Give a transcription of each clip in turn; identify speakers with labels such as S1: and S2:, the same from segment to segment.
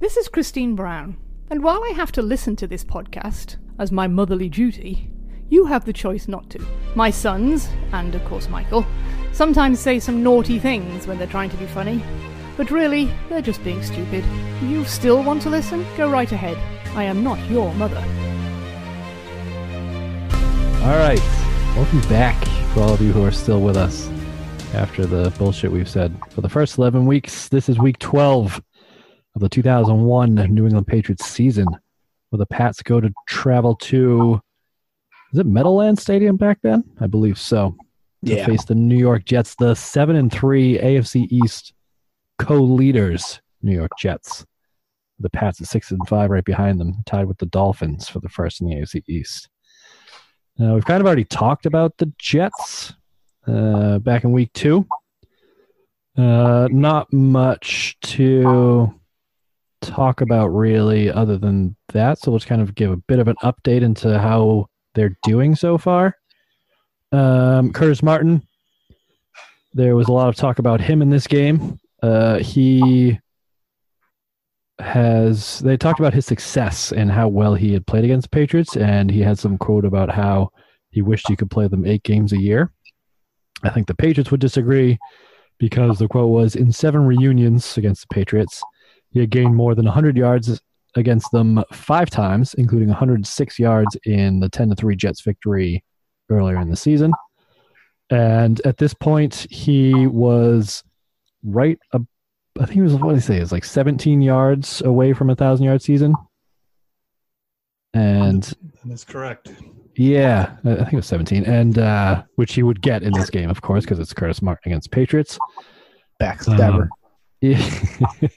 S1: This is Christine Brown, and while I have to listen to this podcast as my motherly duty, you have the choice not to. My sons, and of course Michael, sometimes say some naughty things when they're trying to be funny, but really, they're just being stupid. You still want to listen? Go right ahead. I am not your mother.
S2: All right. Welcome back for all of you who are still with us after the bullshit we've said for the first 11 weeks. This is week 12 of the 2001 New England Patriots season where the Pats go to travel to is it Meadowland Stadium back then? I believe so. To
S3: Yeah.
S2: face the New York Jets, the 7 and 3 AFC East co-leaders New York Jets. The Pats at 6 and 5 right behind them, tied with the Dolphins for the first in the AFC East. Now, Uh, we've kind of already talked about the Jets uh, back in week two. Uh, not much to talk about really other than that. So let's kind of give a bit of an update into how they're doing so far. Um, Curtis Martin, there was a lot of talk about him in this game. Uh, he has they talked about his success and how well he had played against the Patriots, and he had some quote about how he wished he could play them eight games a year. I think the Patriots would disagree because the quote was in seven reunions against the Patriots, he had gained more than 100 yards against them five times, including 106 yards in the 10 to 3 Jets victory earlier in the season. And at this point, he was right. Ab- I think he was what did I say? It's like 17 yards away from a thousand yard season. And
S3: That is correct.
S2: yeah, I I think it was 17, and uh, which he would get in this game, of course, because it's Curtis Martin against Patriots.
S3: Backstabber.
S2: Um, yeah.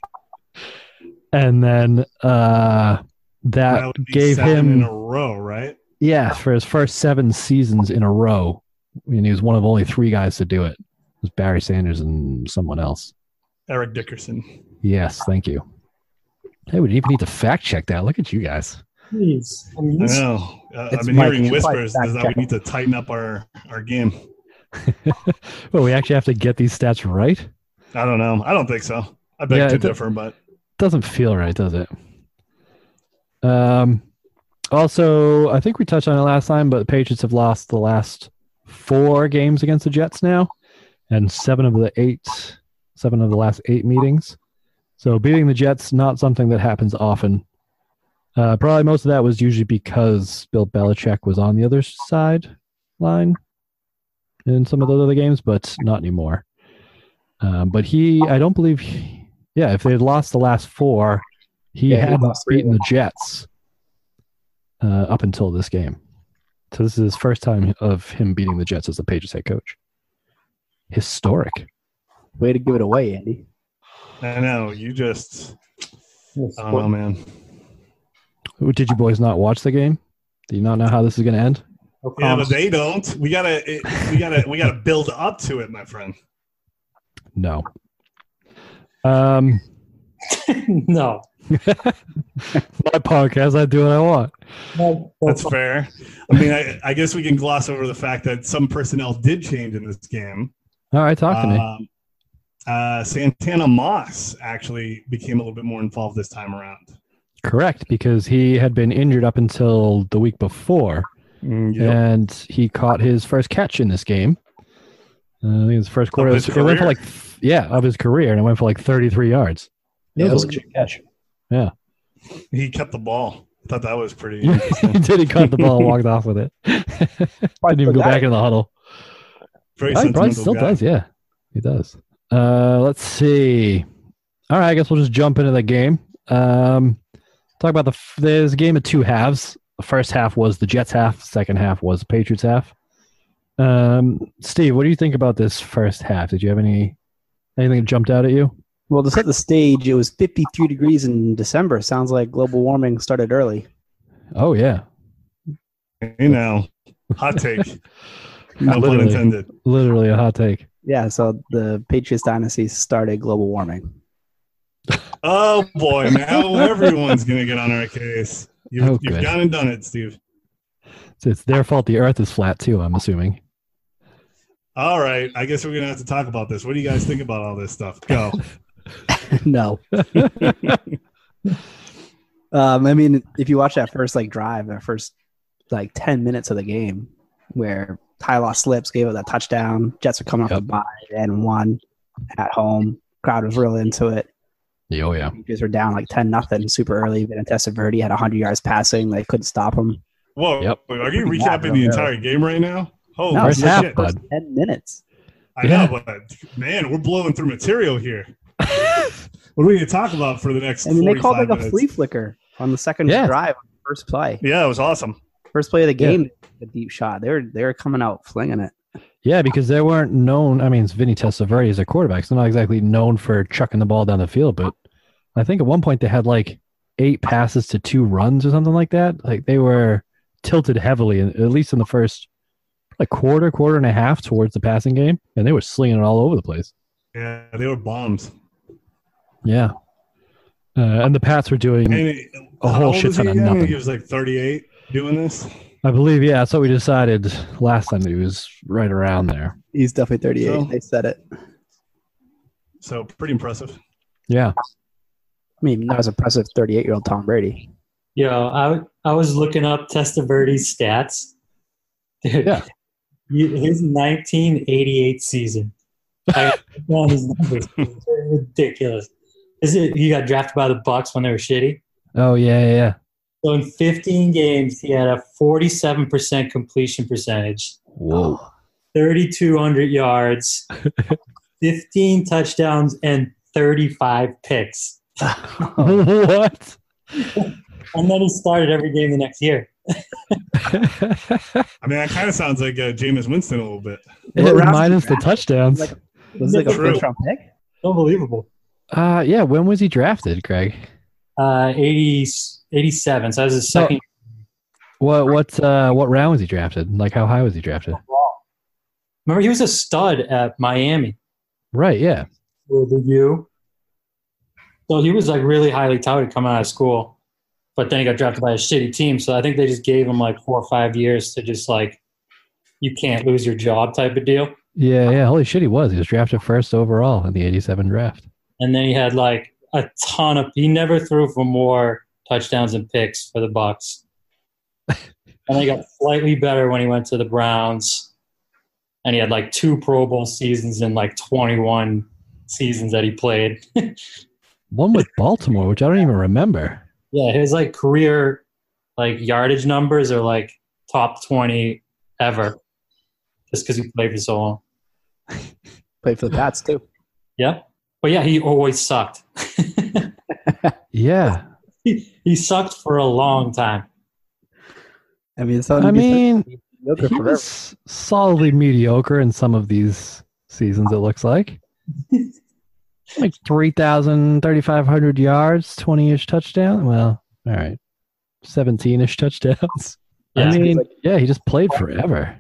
S2: and then uh, that
S3: would be
S2: gave
S3: seven
S2: him,
S3: in a row, right?
S2: yeah, for his first seven seasons in a row, and he was one of only three guys to do it. It was Barry Sanders and someone else.
S3: Eric Dickerson.
S2: Yes, thank you. Hey, we didn't even need to fact check that. Look at you guys.
S4: Please. I mean,
S3: I
S4: this-
S3: know. Uh, I've
S4: It's
S3: been
S4: Mike.
S3: hearing
S4: It's
S3: whispers
S4: Mike.
S3: that we need to tighten up our our game.
S2: Well, we actually have to get these stats right.
S3: I don't know. I don't think so. I beg
S2: Yeah,
S3: to
S2: it do-
S3: differ, but
S2: doesn't feel right, does it? Um, also, I think we touched on it last time, but the Patriots have lost the last four games against the Jets now, and seven of the eight, seven of the last eight meetings. So beating the Jets not something that happens often. Uh, probably most of that was usually because Bill Belichick was on the other side line in some of those other games, but not anymore. Um, but he, I don't believe, he- yeah, if they had lost the last four, he
S4: Yeah, he
S2: had
S4: lost three of
S2: beaten the Jets uh, up until this game. So this is his first time of him beating the Jets as the Patriots head coach. Historic.
S5: Way to give it away, Andy.
S3: I know you just.
S4: this-
S3: I don't know, man.
S2: Did you boys not watch the game? Do you not know how this is going to end?
S4: no
S3: Yeah, but
S4: comments.
S3: they don't. We gotta. It, we gotta. We gotta build up to it, my friend.
S2: No. Um,
S4: no.
S2: my podcast, I do what I want.
S4: No, no
S3: That's fair. I mean, I, I guess we can gloss over the fact that some personnel did change in this game.
S2: All right, talk to me.
S3: Um, uh, Santana Moss actually became a little bit more involved this time around.
S2: Correct, because he had been injured up until the week before, Mm, and he caught his first catch in this game. Uh, I think it was the first quarter. It,
S3: his
S2: was- it went for
S3: career?
S2: like, th- yeah, of his career, and it went for like 33 yards.
S5: It
S4: Yeah,
S5: was
S4: that's-
S5: a legit catch.
S3: He kept the ball. I thought that was pretty
S2: he
S3: interesting.
S2: did. He caught the ball and walked off with it. Didn't even go back in the huddle.
S3: Very
S2: Brian
S3: sentimental
S2: still
S3: guy.
S2: does, yeah. He does. Uh, let's see. All right, I guess we'll just jump into the game. Um, talk about the f- there's a game of two halves. The first half was the Jets half. Second half was the Patriots half. Um, Steve, what do you think about this first half? Did you have any anything that jumped out at you?
S5: Well, to set the stage, it was 53 degrees in December. Sounds like global warming started early.
S2: Oh yeah,
S3: You know, hot take. no pun
S2: literally,
S3: intended.
S2: literally a hot take.
S5: Yeah, so the Patriots dynasty started global warming.
S3: Oh boy, now everyone's gonna get on our case. You've,
S2: Oh,
S3: you've
S2: good.
S3: gone and done it, Steve.
S2: It's, it's their fault. The Earth is flat too. I'm assuming.
S3: All right, I guess we're gonna have to talk about this. What do you guys think about all this stuff? Go.
S5: no. Um, I mean, if you watch that first like drive, that first like ten minutes of the game, where Ty Law slips, gave up that touchdown. Jets are coming off the
S2: Yep.
S5: bye and won at home. Crowd was really into it.
S2: Yeah, Oh yeah.
S5: Patriots were down like ten nothing super early. Benitez Verdi had hundred yards passing. They couldn't stop him.
S3: Whoa,
S2: Yep.
S3: are you
S5: Pretty bad,
S3: recapping the
S5: though.
S3: entire game right now? Holy
S5: No,
S2: First
S3: shit.
S2: half, Oh, bud.
S5: Ten minutes.
S3: I
S2: Yeah.
S3: know, but man, we're blowing through material here. what are we going to talk about for the next
S5: I mean, they called
S3: 45
S5: like a
S3: minutes?
S5: flea flicker on the second
S2: Yeah.
S5: drive, on the first play,
S3: Yeah, it was awesome.
S5: first play of the
S2: Yeah.
S5: game. The deep shot. They were they were coming out flinging it.
S2: Yeah, because they weren't known. I mean, it's Vinny Testaverde as a quarterback, so they're not exactly known for chucking the ball down the field. But I think at one point they had like eight passes to two runs or something like that. Like they were tilted heavily, in- at least in the first like quarter, quarter and a half towards the passing game, and they were slinging it all over the place.
S3: Yeah, they were bombs.
S2: Yeah, uh, and the Pats were doing.
S3: And it,
S2: A
S3: how
S2: whole
S3: old
S2: shit
S3: is he
S2: ton of
S3: again?
S2: nothing.
S3: He was like 38 doing this.
S2: I believe, yeah, that's what we decided last time. That he was right around there.
S5: He's definitely thirty eight.
S3: So-
S5: they said it.
S3: So pretty impressive.
S2: Yeah,
S5: I mean, not as impressive 38 year old Tom Brady.
S4: Yo, I I was looking up Testaverde's stats. Dude,
S2: Yeah.
S4: you- his 1988 season. I got down his numbers. They're ridiculous. Is it he got drafted by the Bucks when they were shitty?
S2: Oh yeah, yeah, yeah.
S4: So in 15 games, he had a 47% completion percentage,
S2: Whoa.
S4: 3,200 yards, 15 touchdowns, and 35 picks.
S2: what?
S4: And then he started every game the next year.
S3: I mean, that kind of sounds like uh, Jameis Winston a little bit.
S5: What round
S2: minus the touchdowns.
S5: Like- Was it like a
S3: True.
S5: first round pick?
S4: Unbelievable.
S2: Uh, yeah. When was he drafted, Greg?
S4: Uh, 80, 87. So that was his second.
S2: What what uh what round was he drafted? Like how high was he drafted?
S4: Remember, he was a stud at Miami
S2: Right. Yeah.
S4: with the U. So he was like really highly touted coming out of school, but then he got drafted by a shitty team. So I think they just gave him like four or five years to just like, you can't lose your job type of deal.
S2: Yeah. Yeah. Holy shit, he was. He was drafted first overall in the '87 draft.
S4: And then he had like a ton of. He never threw for more touchdowns and picks for the Bucks. and he got slightly better when he went to the Browns. And he had like two Pro Bowl seasons and like 21 seasons that he played.
S2: One with Baltimore, which I don't even remember.
S4: yeah, his like career like yardage numbers are like top 20 ever, just because he played for so long.
S5: Played for the Pats too.
S4: Yeah, but yeah, he always sucked.
S2: Yeah.
S4: he, he sucked for a long time.
S5: I mean, it's not
S2: I
S5: gonna be
S2: mean,
S5: mediocre
S2: he
S5: forever.
S2: was solidly mediocre in some of these seasons. It looks like. Like 3,000, 3,500 yards, 20 ish touchdown. Well, all right. 17 ish touchdowns.
S4: Yeah.
S2: I mean, yeah, he just played forever.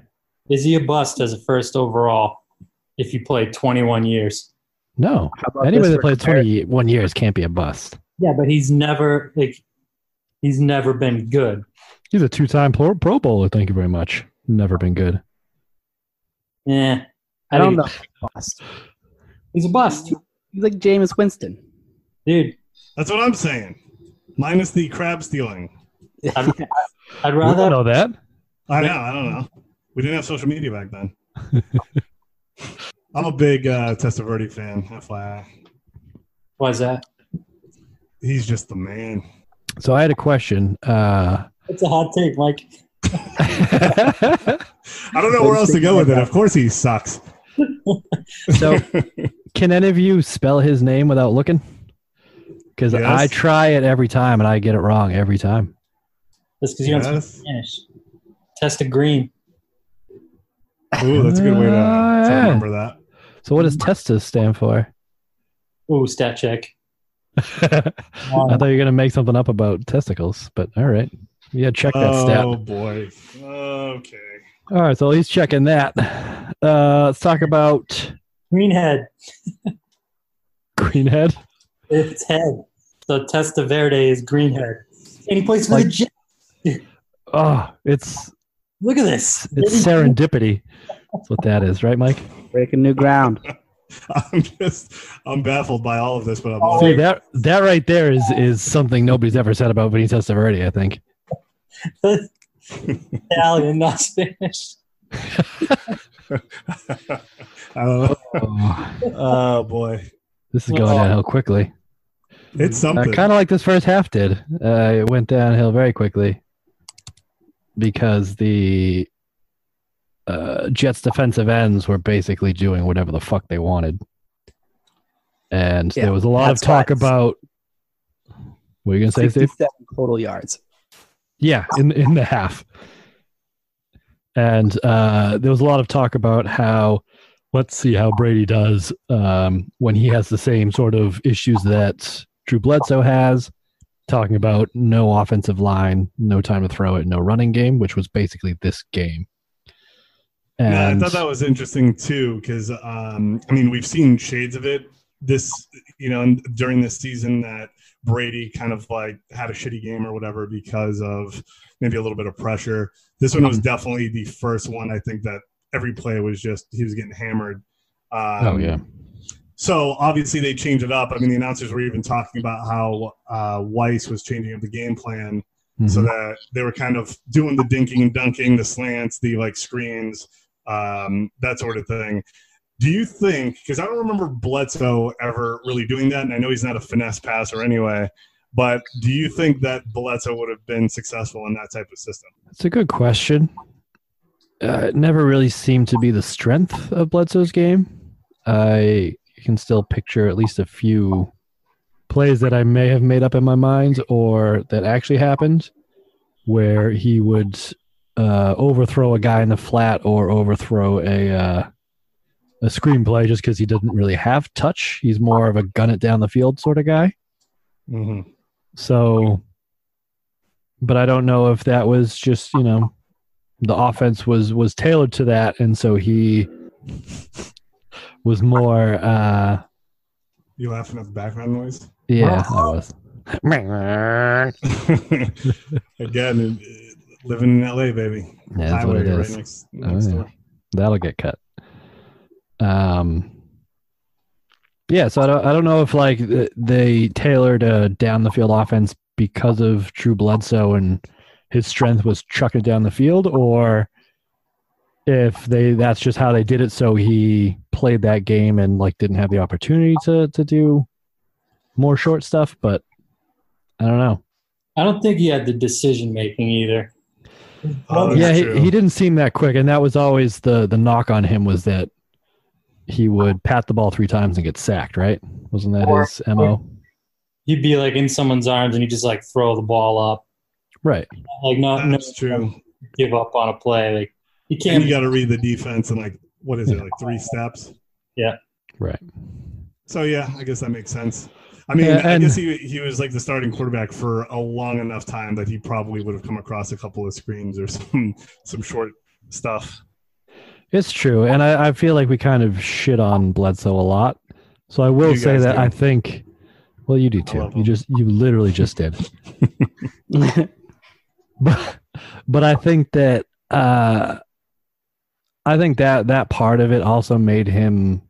S4: Is he a bust as a first overall if you played 21 years?
S2: No,
S5: How about
S2: anybody
S5: this
S2: that
S5: for
S2: plays
S5: comparison?
S2: 21 years can't be a bust.
S4: Yeah, but he's never like he's never been good.
S2: He's a two-time Pro, pro Bowler. Thank you very much. Never been good.
S4: Yeah,
S5: I don't know. Lost.
S4: Eh, He's a bust,
S5: He's like Jameis Winston.
S4: dude.
S3: That's what I'm saying. Minus the crab stealing.
S4: I'd, I'd
S2: We don't
S4: rather
S2: know that.
S3: I know. I don't know. We didn't have social media back then. I'm a big uh, Testaverde fan. FYI,
S4: was that.
S3: he's just the man.
S2: So I had a question. Uh,
S4: It's a hot take, Mike.
S3: I don't know where else to go with it. Of course, he sucks.
S2: so, can any of you spell his name without looking? Because
S3: Yes.
S2: I try it every time and I get it wrong every time.
S4: That's because you don't speak
S3: Yes.
S4: Spanish. Test of green.
S3: Ooh, that's a good way to,
S2: Ah,
S3: to
S2: yeah.
S3: remember that.
S2: So, what does Testas stand for?
S4: Ooh, stat check.
S2: I thought you were gonna make something up about testicles, but all right. Yeah, check that stat.
S3: Oh boy. Okay.
S2: All right, so he's checking that. Uh, let's talk about
S4: Greenhead.
S2: Greenhead.
S4: It's head. So Testa Verde is greenhead, and he plays for the
S2: Like-
S4: Jets.
S2: Oh, it's
S4: Look at this.
S2: it's serendipity. That's what that is, right, Mike?
S5: Breaking new ground.
S3: I'm just I'm baffled by all of this, but I'm
S4: Oh,
S2: See, that that right there is is something nobody's ever said about Vinny Testaverde. I think
S4: Italian, not Spanish.
S3: I don't know. Oh boy,
S2: this is going
S4: Well-
S2: downhill quickly.
S3: it's
S2: Uh,
S3: something.
S2: kind of like this first half did. Uh, it went downhill very quickly because the uh, Jets' defensive ends were basically doing whatever the fuck they wanted, and
S5: Yeah,
S2: there was a lot of
S5: that's why
S2: talk
S5: it's-
S2: about. What are you gonna say, Steve?
S5: 67 total yards.
S2: Yeah, in in the half. And uh, there was a lot of talk about how let's see how Brady does um, when he has the same sort of issues that Drew Bledsoe has, talking about no offensive line, no time to throw it, no running game, which was basically this game.
S3: Yeah, I
S2: And
S3: thought that was interesting too, because um, I mean, we've seen shades of it this, you know, and during this season that Brady kind of like had a shitty game or whatever because of maybe a little bit of pressure. This one
S2: Mm-hmm.
S3: was definitely the first one. I think that every play was just he was getting hammered. Um,
S2: oh yeah,
S3: So obviously they changed it up. I mean, the announcers were even talking about how uh, Weiss was changing up the game plan so
S2: Mhm.
S3: that they were kind of doing the dinking and dunking, the slants, the like screens, um, that sort of thing. Do you think? Because I don't remember Bledsoe ever really doing that, and I know he's not a finesse passer anyway. But do you think that Bledsoe would have been successful in that type of system?
S2: It's a good question. Uh, it never really seemed to be the strength of Bledsoe's game. I can still picture at least a few plays that I may have made up in my mind or that actually happened where he would uh, overthrow a guy in the flat or overthrow a uh, a screenplay just because he doesn't really have touch. He's more of a gun it down the field sort of guy.
S3: Mm-hmm.
S2: So, but I don't know if that was just you know, the offense was was tailored to that, and so he was more. uh
S3: You laughing at the background noise?
S2: Yeah, I was.
S3: Again, living in LA, baby.
S2: Yeah, that's what it is. Oh,
S3: Highway Right next, next
S2: yeah.
S3: door.
S2: That'll get cut. Um. Yeah, so I don't, I don't know if like th- they tailored a down the field offense because of Drew Bledsoe and his strength was chucking it down the field, or if they that's just how they did it. So he played that game and like didn't have the opportunity to to do more short stuff. But I don't know.
S4: I don't think he had the decision making either.
S3: Oh, that's
S2: yeah,
S3: true.
S2: he, he didn't seem that quick, and that was always the the knock on him was that he would pat the ball three times and get sacked. Right? Wasn't that
S4: Or-
S2: his mo?
S4: He'd be like in someone's arms and he'd just like throw the ball up.
S2: Right.
S4: Like not no,
S3: That's true.
S4: give up on a play. Like you
S3: And you
S4: can't
S3: got to read the defense in like what is it, like three steps?
S2: Right.
S3: So yeah, I guess that makes sense. I mean,
S2: Yeah,
S3: I
S2: and-
S3: guess he he was like the starting quarterback for a long enough time that he probably would have come across a couple of screens or some some short stuff.
S2: It's true, and I, I feel like we kind of shit on Bledsoe a lot. So I will
S3: You
S2: say
S3: guys
S2: that
S3: do.
S2: I think. Well, you do too.
S3: love
S2: You
S3: him.
S2: just you literally just did.
S5: I
S2: but but I think that uh, I think that that part of it also made him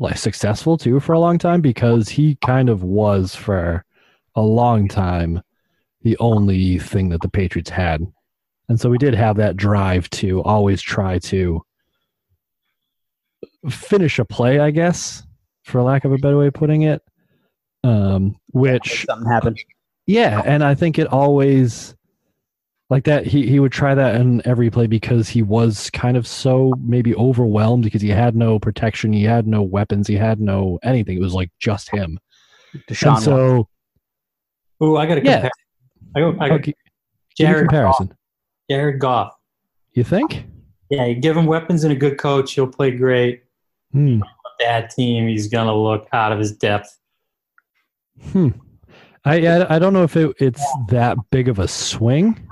S2: like successful too for a long time because he kind of was for a long time the only thing that the Patriots had, and so we did have that drive to always try to finish a play, I guess, for lack of a better way of putting it. Um, which
S5: something happened.
S2: yeah, and I think it always like that he he would try that in every play because he was kind of so maybe overwhelmed because he had no protection, he had no weapons, he had no anything. It was like just him.
S5: Deshaun
S2: and so
S4: Ooh, I gotta
S2: Yeah.
S4: compare. I go I got
S2: okay, give me a
S4: Jared Goff.
S2: comparison.
S4: Jared Goff.
S2: You think?
S4: Yeah, you give him weapons and a good coach, he'll play great.
S2: Hmm.
S4: Bad team, he's gonna look out of his depth.
S2: Hmm. I I, I don't know if it, it's that big of a swing.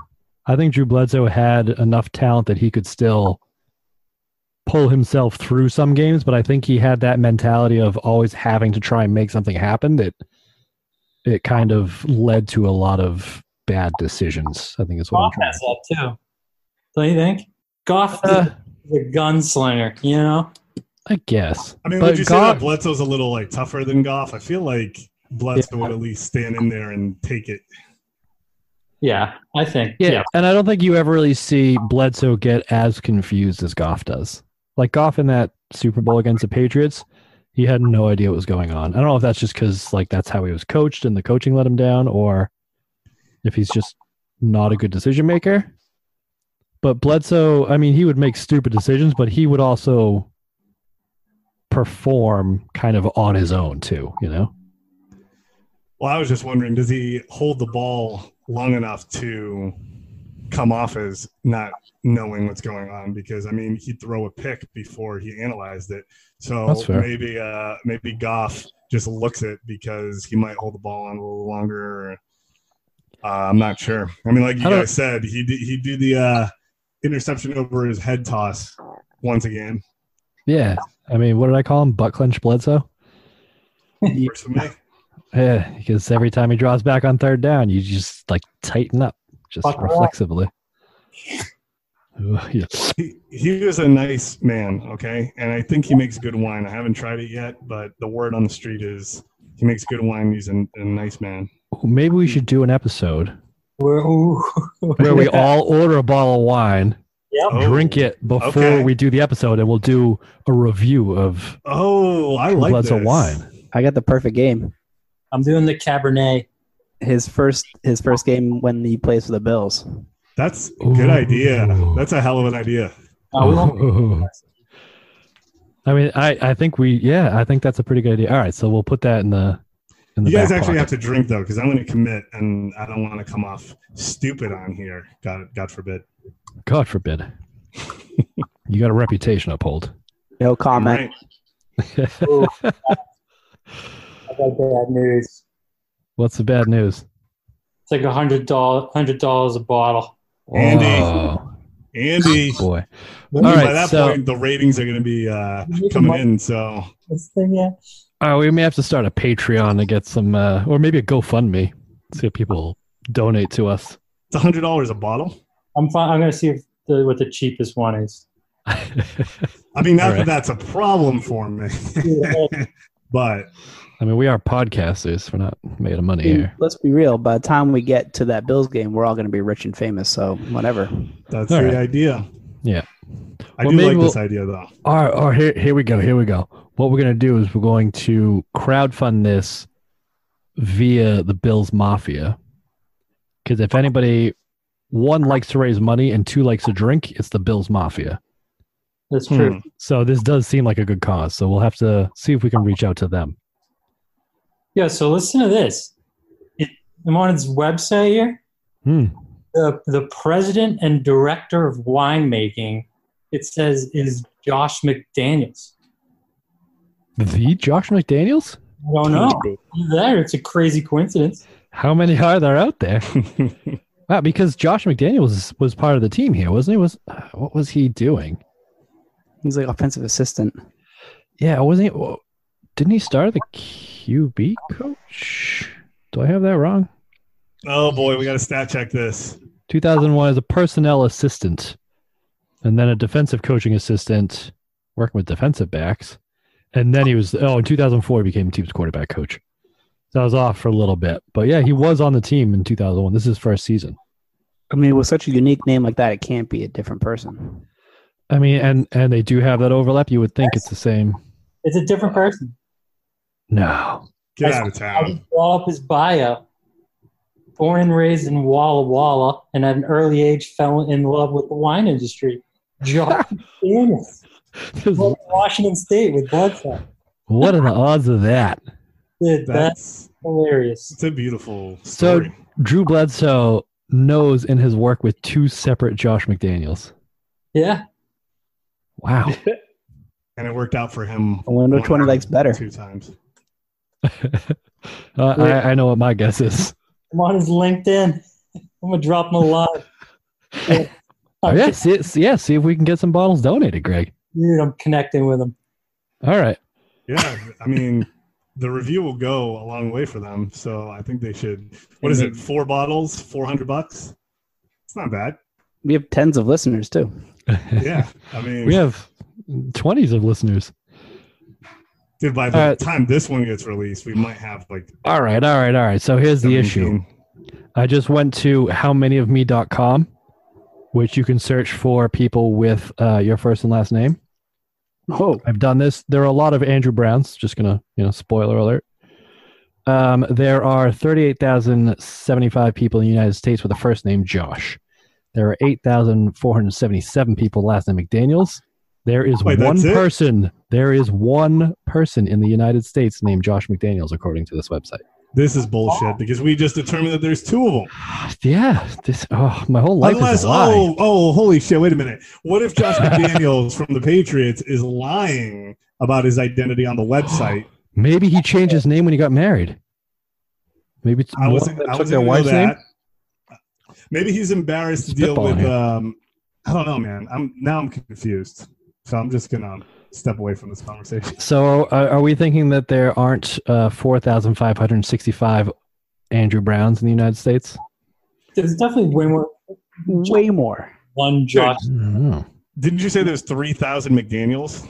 S2: I think Drew Bledsoe had enough talent that he could still pull himself through some games, but I think he had that mentality of always having to try and make something happen that it kind of led to a lot of bad decisions. I think is what I'm
S4: Goff
S2: trying.
S4: has that too. Don't you think? Goff
S2: to-
S4: is a gunslinger, you know?
S2: I guess.
S3: I mean,
S2: But
S3: would you say
S2: Goff-
S3: that Bledsoe's a little like tougher than Goff? I feel like Bledsoe would at least stand in there and take it.
S4: Yeah, I think.
S2: Yeah,
S4: Yeah.
S2: and I don't think you ever really see Bledsoe get as confused as Goff does. Like Goff in that Super Bowl against the Patriots, he had no idea what was going on. I don't know if that's just because like that's how he was coached and the coaching let him down, or if he's just not a good decision maker. But Bledsoe, I mean, he would make stupid decisions, but he would also perform kind of on his own too. You know,
S3: Well, I was just wondering, does he hold the ball long enough to come off as not knowing what's going on? Because I mean, he'd throw a pick before he analyzed it. So
S2: That's fair.
S3: maybe uh, maybe Goff just looks it because he might hold the ball on a little longer. Uh, I'm not sure. I mean, like you
S2: I don't-
S3: guys said, he did, he do the uh, interception over his head toss once again.
S2: yeah. I mean, what did I call him? Butt clench Bledsoe.
S3: Works for me.
S2: Yeah, because every time he draws back on third down, you just like tighten up, just
S4: Buckle up.
S2: reflexively. Ooh, yeah.
S3: He, he was a nice man, okay? And I think he makes good wine. I haven't tried it yet, but the word on the street is he makes good wine. He's a, a nice man.
S2: Ooh, Maybe we should do an episode
S4: We're, ooh.
S2: where we all order a bottle of wine,
S4: Yep.
S3: Oh.
S2: drink it before
S3: okay.
S2: we do the episode, and we'll do a review of
S3: Oh, I like
S2: Bledsoe
S3: this.
S2: wine.
S5: I got the perfect game.
S4: I'm doing the Cabernet.
S5: His first his first game when he plays for the Bills.
S3: That's a good idea.
S2: Ooh.
S3: That's a hell of an idea.
S4: Oh, we won't-
S2: Ooh. I mean, I, I think we yeah, I think that's a pretty good idea. All right, so we'll put that in the in the
S3: You guys
S2: back
S3: actually
S2: pocket.
S3: have to drink though, because I'm going to commit, and I don't want to come off stupid on here. God, God forbid.
S2: God forbid. you got a reputation uphold.
S5: No
S3: All
S5: comment.
S3: right.
S4: ooh. I got bad news.
S2: What's the bad news?
S4: It's like a hundred dollars, hundred dollars a bottle.
S3: Andy.
S2: Oh,
S3: Andy.
S2: boy.
S4: All
S2: right,
S3: by that
S2: so-
S3: point, the ratings are going to be uh, coming in. So
S4: This thing, yeah.
S2: Oh, we may have to start a Patreon to get some, uh, or maybe a GoFundMe. See if people donate to us.
S3: it's hundred dollars a bottle.
S4: I'm fine. I'm gonna see if the, what the cheapest one is.
S2: I
S3: I mean, not
S2: All right.
S3: that that's a problem for me, but
S2: mean, we are podcasters. We're not made of money
S5: I mean,
S2: here.
S5: Let's be real. By the time we get to that Bills game, we're all going to be rich and famous. So whatever.
S3: That's
S2: All
S3: the
S2: right.
S3: idea.
S2: Yeah.
S3: I
S2: Well,
S3: do
S2: maybe
S3: like
S2: we'll-
S3: this idea though.
S2: All right. All right here, here we go. Here we go. What we're going to do is we're going to crowdfund this via the Bills Mafia. Because if anybody, one likes to raise money and two likes to drink, it's the Bills Mafia.
S4: That's true.
S3: Hmm.
S2: So this does seem like a good cause. So we'll have to see if we can reach out to them.
S4: Yeah. So listen to this. It, I'm on its website here.
S2: Hmm.
S4: the the president and director of winemaking, it says is Josh McDaniels.
S2: The Josh McDaniels?
S4: I don't know.
S3: Hmm.
S4: Either That or it's a crazy coincidence.
S2: How many are there out there? Wow, because Josh McDaniels was part of the team here, wasn't he? Was uh, what was he doing?
S5: He's like offensive assistant.
S2: Yeah, wasn't he? wha- Didn't he start the QB coach? Do I have that wrong?
S3: oh boy, we got to stat check this.
S2: 2001 as a personnel assistant, and then a defensive coaching assistant, working with defensive backs, and then he was oh in 2004 he became the team's quarterback coach. So I was off for a little bit, but yeah, he was on the team in 2001. This is his first season.
S5: I mean, with such a unique name like that, it can't be a different person.
S2: I mean, and and they do have that overlap. You would think it's the same.
S4: It's a different person.
S2: No,
S3: Get
S4: I-
S3: out of
S4: I
S3: town.
S4: just brought up his bio. Born and raised in Walla Walla, and at an early age fell in love with the wine industry. Josh McDaniels,
S2: There's-
S4: from Washington State with Bloodshot.
S2: what are the odds of that?
S4: Dude, that's
S3: That's
S4: hilarious.
S3: it's a beautiful
S2: So-
S3: story.
S2: Drew Bledsoe knows in his work with two separate Josh McDaniels.
S4: Yeah.
S2: Wow.
S3: and it worked out for him.
S5: I wonder which one he
S3: One.
S5: likes better.
S3: Two times.
S2: Uh, I, I know what my guess is.
S4: I'm on his LinkedIn. I'm gonna drop him a line. Yeah.
S2: Oh, yeah, see, see- yeah, see if we can get some bottles donated, Greg.
S4: Dude, I'm connecting with him.
S2: All right.
S3: Yeah, I mean, the review will go a long way for them. So I think they should. What is it? Four bottles, four hundred bucks. It's not bad.
S5: We have tens of listeners too.
S3: Yeah, I mean,
S2: We have 20s of listeners.
S3: Dude, by the
S2: All right.
S3: time this one gets released, we might have like
S2: All right, all right, all right. So here's the
S3: 17.
S2: issue. I just went to howmanyofme.com, which you can search for people with uh, your first and last name.
S5: Oh,
S2: I've done this. There are a lot of Andrew Browns. Just gonna, you know, spoiler alert. Um, there are thirty-eight thousand seventy-five people in the United States with a first name Josh. There are eight thousand four hundred seventy-seven people last name McDaniel's. There is
S3: Wait,
S2: one
S3: that's it?
S2: person. There is one person in the United States named Josh McDaniel's, according to this website.
S3: This is bullshit because we just determined that there's two of them.
S2: Yeah, this. Oh, my whole life
S3: Unless,
S2: is a lie.
S3: oh, oh, holy shit! Wait a minute. What if Josh McDaniels from the Patriots is lying about his identity on the website?
S2: Maybe he changed his name when he got married. Maybe it's
S3: I
S2: one
S3: wasn't.
S2: that
S3: I
S2: took
S3: wasn't
S2: their
S3: gonna
S2: wife's
S3: know that.
S2: name.
S3: Maybe he's embarrassed to deal
S2: Spitballing
S3: with.
S2: here.
S3: Um, I don't know, man. I'm now I'm confused, so I'm just gonna step away from this conversation.
S2: So, uh, are we thinking that there aren't uh, 4,565 Andrew Browns in the United States?
S4: There's definitely way more than
S5: way more.
S4: one Josh.
S2: I don't know.
S3: Didn't you say there's three thousand McDaniels?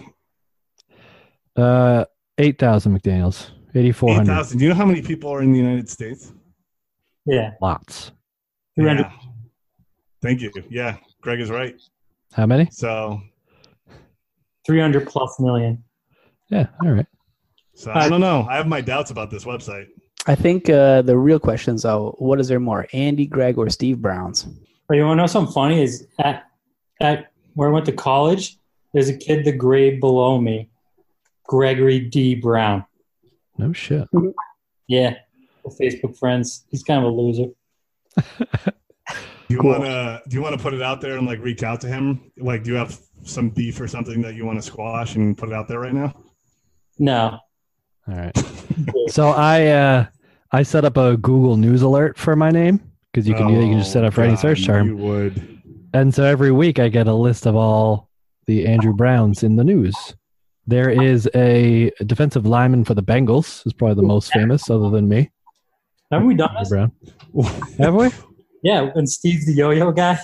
S2: Uh, 8,000 McDaniels,
S3: Eight
S2: 8,400
S3: thousand. Do you know how many people are in the United States?
S4: Yeah,
S2: lots.
S4: two hundred.
S3: Yeah. Thank you. Yeah, Greg is right.
S2: How many?
S3: So,
S4: 300 plus million.
S2: Yeah, all right.
S3: so I don't know. I have my doubts about this website.
S5: I think uh, the real question is, though, what is there more, Andy, Greg, or Steve Browns?
S4: But you want to know something funny? Is at, at where I went to college, there's a kid the grade below me, Gregory D. Brown.
S2: No shit.
S4: Yeah, we're Facebook friends. He's kind of a loser.
S3: Do you
S5: Cool.
S3: wanna do you wanna put it out there and like reach out to him? Like, do you have some beef or something that you want to squash and put it out there right now?
S4: No,
S2: All right. so I uh, I set up a Google News alert for my name because you can do that. you can just set up for any
S3: God,
S2: search term.
S3: You would.
S2: And so every week I get a list of all the Andrew Browns in the news. There is a defensive lineman for the Bengals, is probably the most famous other than me.
S4: haven't we done
S2: Andrew
S4: this?
S2: Brown. Have we?
S4: Yeah, and Steve the yo-yo guy.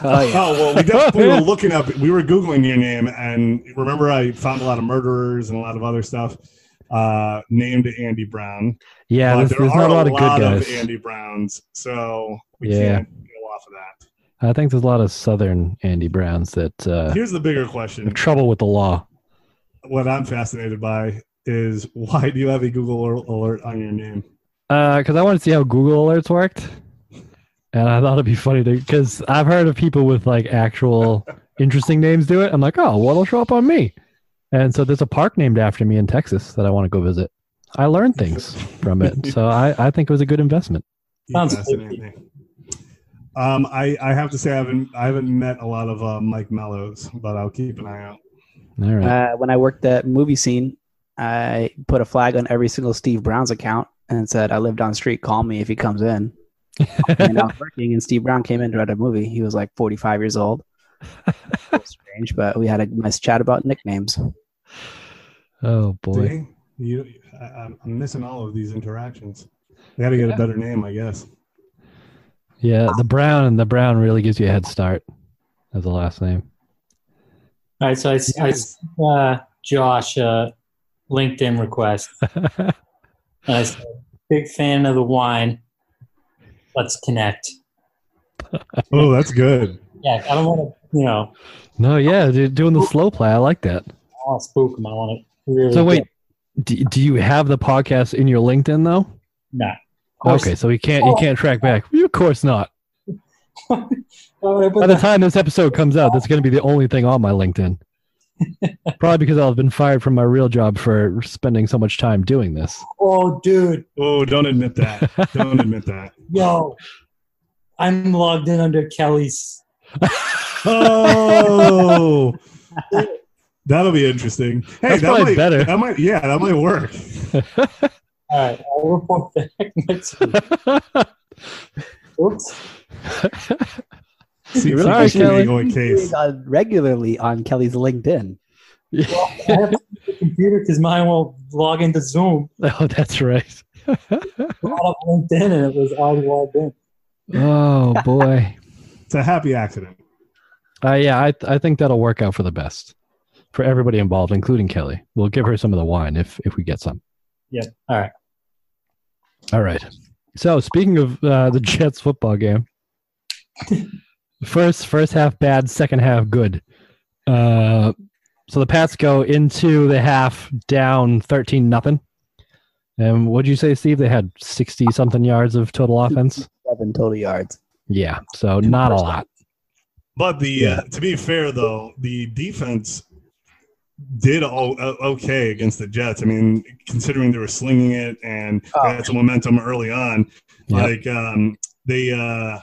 S5: Oh yeah,
S3: Oh well, we definitely were looking up. We were googling your name, and remember, I found a lot of murderers and a lot of other stuff uh, named Andy Brown.
S2: Yeah,
S3: But
S2: there's,
S3: there
S2: there's not
S3: are
S2: Uh, a lot of good guys.
S3: Andy Browns, so we
S2: Yeah.
S3: can't go off of that.
S2: I think there's a lot of Southern Andy Browns that uh,
S3: Here's the bigger question:
S2: have trouble with the law.
S3: What I'm fascinated by is why do you have a Google alert on your name?
S2: because Uh, I wanted to see how Google alerts worked, and I thought it'd be funny to because I've heard of people with like actual interesting names do it. I'm like, oh, what'll show up on me? And so there's a park named after me in Texas that I want to go visit. I learned things from it, so I, I think it was a good investment.
S4: Sounds
S3: fascinating. Um, I, I have to say I haven't I haven't met a lot of uh, Mike Mellows, but I'll keep an eye out.
S2: All right,
S5: Uh, when I worked at movie scene, I put a flag on every single Steve Brown's account and said, "I live down the street. Call me if he comes in." and I was working, and Steve Brown came in to write a movie. He was like 45 years old. It was strange, but we had a nice chat about nicknames.
S2: oh boy,
S3: See? You, I, I'm I'm missing all of these interactions. I got to get a better name, I guess.
S2: yeah, the Brown and the Brown really gives you a head start as a last name.
S4: All right, so I, s- I
S3: Yes.
S4: sent, uh, Josh a LinkedIn request. And I said, big fan of the wine. Let's connect.
S3: Oh, that's good.
S4: Yeah, I don't want to, you know,
S2: no, yeah, dude, doing the slow play, I like that.
S4: I want to spook him. I want to really.
S2: So wait, do, do you have the podcast in your LinkedIn though?
S4: No.
S2: Okay, so we can't you
S4: Oh.
S2: can't track back. Of course not.
S4: Oh, I put
S2: By the
S4: the-
S2: time this episode comes out, that's going to be the only thing on my LinkedIn. Probably because I've been fired from my real job for spending so much time doing this.
S4: oh, dude,
S3: Oh, don't admit that. Don't admit that.
S4: yo, I'm logged in under Kelly's.
S3: Oh, that'll be interesting. Hey,
S2: That's
S3: that
S2: probably
S3: might,
S2: better.
S3: That might, yeah, that might work.
S4: All right, I'll report back next week.
S2: Oh,
S4: Oops.
S3: See,
S2: Sorry, Kelly.
S3: Going case.
S5: Uh, regularly on Kelly's LinkedIn.
S4: Well, I have to use the computer because mine won't log into Zoom.
S2: oh, that's right.
S4: Not up LinkedIn, and it was all logged in.
S2: Oh boy.
S3: It's a happy accident.
S2: Uh, yeah, I I think that'll work out for the best. for everybody involved, including Kelly. We'll give her some of the wine if if we get some.
S4: Yeah. All right.
S2: All right. So speaking of uh, the Jets football game, first first half bad, second half good. Uh, so the Pats go into the half down thirteen nothing. And what'd you say, Steve? They had sixty something yards of total offense.
S5: Seven total yards.
S2: Yeah, so not a lot.
S3: But the uh, to be fair though, the defense did all uh, okay against the Jets. I mean, considering they were slinging it and they
S5: Oh.
S3: had some momentum early on,
S2: Yeah.
S3: like um, they, uh,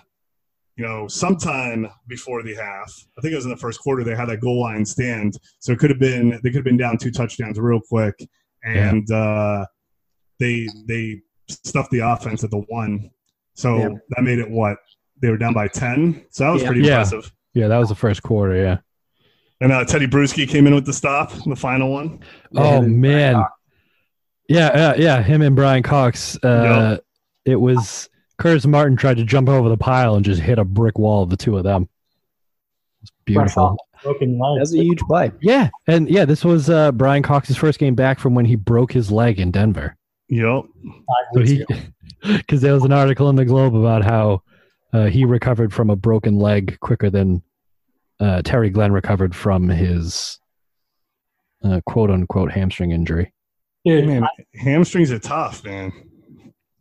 S3: you know, sometime before the half, I think it was in the first quarter, they had that goal line stand, so it could have been they could have been down two touchdowns real quick, and uh, they they stuffed the offense at the one, so
S5: Yeah.
S3: that made it what they were down by ten, so that was
S5: Yeah.
S3: pretty
S2: Yeah.
S3: impressive.
S2: Yeah, that was the first quarter. Yeah.
S3: And uh, Teddy Bruschi came in with the stop, the final one.
S2: Oh
S5: And-
S2: man. Yeah, yeah, yeah. Him and Brian Cox. Uh, It was Curtis Martin tried to jump over the pile and just hit a brick wall. The two of them. It's beautiful.
S4: Broken leg.
S5: That's a huge play.
S2: Yeah, and yeah, this was uh, Brian Cox's first game back from when he broke his leg in Denver.
S3: Yep.
S2: So he, because there was an article in the Globe about how uh, he recovered from a broken leg quicker than uh, Terry Glenn recovered from his uh, quote unquote hamstring injury.
S4: Dude,
S3: Man, hamstrings are tough, man.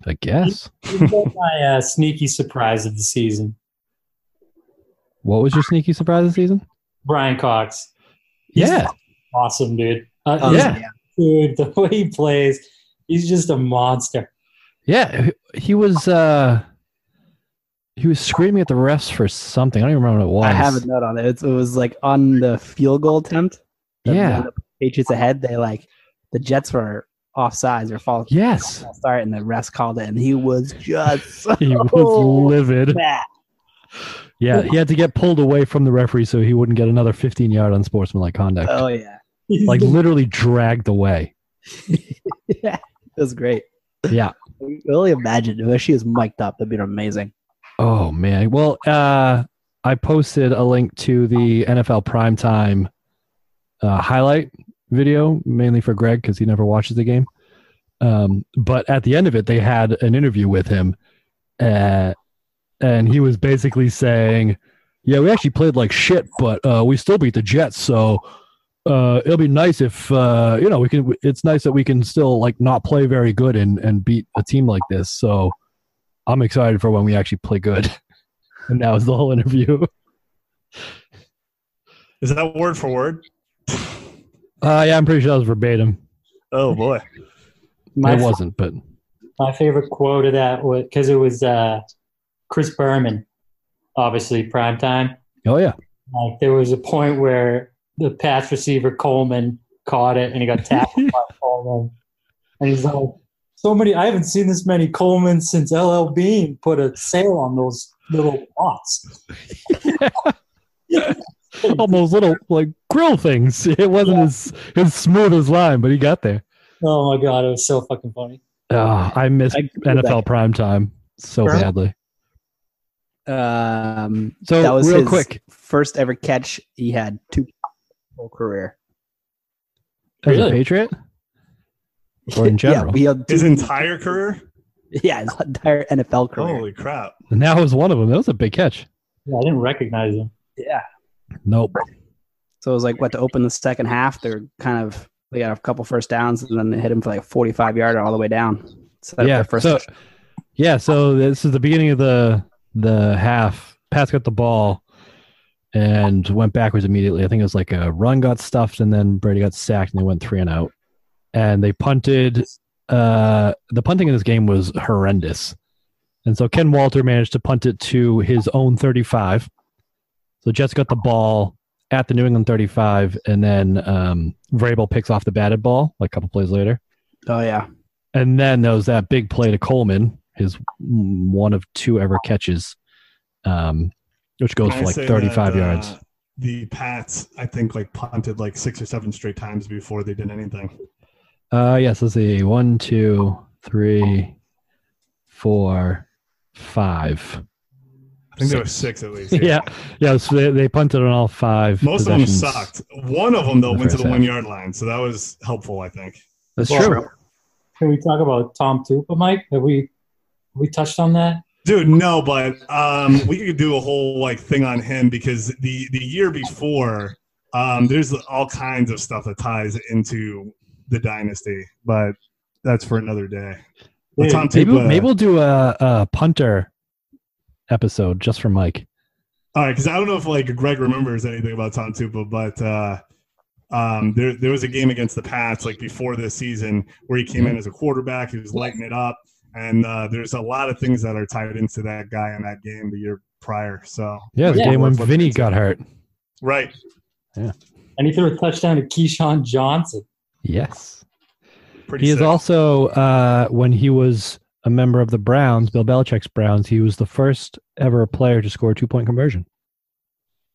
S2: I guess.
S4: This was my uh, sneaky surprise of the season.
S2: What was your sneaky surprise this season?
S4: Brian Cox. He's
S2: Yeah,
S4: Awesome, dude. Uh,
S5: Um,
S2: Yeah.
S4: Dude, the way he plays, he's just a monster.
S2: yeah. He- He was uh, he was screaming at the refs for something. I don't even remember what it was.
S5: I have a note on it. It's, it was like on the field goal attempt. that
S2: Yeah.
S5: when The Patriots ahead. They like the Jets were offsides or false
S2: Yes,
S5: start, and the refs called it, and he was just so
S2: he was livid.
S5: mad.
S2: Yeah, he had to get pulled away from the referee so he wouldn't get another 15 yard unsportsmanlike conduct.
S5: Oh yeah,
S4: He's
S2: like
S4: the-
S2: literally dragged away.
S5: yeah, it was great.
S2: Yeah.
S5: I Really imagine if she was mic'd up, that'd be amazing.
S2: Oh man. Well, uh, I posted a link to the NFL primetime uh, highlight video, mainly for Greg because he never watches the game. Um, but at the end of it, they had an interview with him, uh, and he was basically saying, "Yeah, we actually played like shit, but uh, we still beat the Jets, so." Uh, it'll be nice if uh, you know we can. It's nice that we can still like not play very good and and beat a team like this. So I'm excited for when we actually play good. And that was the whole interview.
S3: Is that word for word?
S2: Uh, yeah, I'm pretty sure that was verbatim.
S3: Oh boy.
S4: my,
S2: it wasn't, but
S4: my favorite quote of that was because it was uh, Chris Berman, obviously prime time.
S2: oh yeah,
S4: Like there was a point where the pass receiver Coleman caught it and he got tackled by Coleman, and he's like, "So many! I haven't seen this many Coleman since LL Bean put a sale on those little pots."
S2: on those little like grill things. It wasn't as as smooth as lime, but he got there.
S4: Oh my god, it was so fucking funny.
S2: Oh, I missed
S5: I agree with
S2: NFL prime time so
S4: Sure.
S2: badly.
S5: Um,
S2: So
S5: that was
S2: real
S5: his
S2: quick,
S5: first ever catch. He had two whole career.
S2: as
S4: Really?
S2: a Patriot or in general,
S5: yeah, he had two,
S3: His entire career?
S5: yeah, his entire NFL career.
S3: Holy crap.
S2: and that was one of them. That was a big catch.
S4: Yeah, I didn't recognize him.
S5: Yeah.
S2: Nope.
S5: So it was like what to open the second half. They're kind of they got a couple first downs and then they hit him for like forty five yarder all the way down. So that-
S2: yeah.
S5: their first
S2: so, yeah. So this is the beginning of the the half. Pats got the ball and went backwards immediately. I think it was like a run got stuffed, and then Brady got sacked, and they went three and out. And they punted. Uh, the punting in this game was horrendous, and so Ken Walter managed to punt it to his own thirty-five. So Jets got the ball at the New England thirty-five, and then um, Vrabel picks off the batted ball like a couple plays later.
S5: oh yeah,
S2: And then there was that big play to Coleman, his one of two ever catches, um, which goes
S3: Can
S2: for
S3: I
S2: like
S3: say
S2: 35
S3: that, uh,
S2: yards.
S3: The Pats, I think, like punted like six or seven straight times before they did anything.
S2: Uh, yes, let's see. One, two, three, four, five.
S3: I think there were six at least.
S2: yeah, yeah. So they, they punted on all five.
S3: Most of them
S2: possessions.
S3: sucked. One of them though
S2: The
S3: went to
S2: first
S3: the
S2: half.
S3: one yard line, so that was helpful. I think.
S2: That's
S4: Well,
S2: true.
S4: Can we talk about Tom Tupa, Mike? Have we have we touched on that?
S3: Dude, no, but um, we could do a whole like thing on him because the the year before, um, there's all kinds of stuff that ties into the dynasty, but that's for another day. But
S4: Dude,
S3: Tom
S2: Maybe,
S3: Tupa-
S2: maybe we'll do a, a punter episode just for Mike.
S3: All right, because I don't know if like Greg remembers anything about Tom Tupa, but uh, um, there there was a game against the Pats like before this season where he came in as a quarterback. He was lighting it up, and uh, there's a lot of things that are tied into that guy in that game the year prior. So
S2: Yeah, the
S4: Yeah.
S2: game when
S3: Worth
S2: Vinny
S3: looking
S2: got hurt.
S3: right,
S4: And he threw a touchdown to Keyshawn Johnson.
S2: Yes.
S3: pretty.
S2: He is
S3: sick.
S2: also, uh, when he was a member of the Browns, Bill Belichick's Browns, he was the first ever player to score a two point conversion.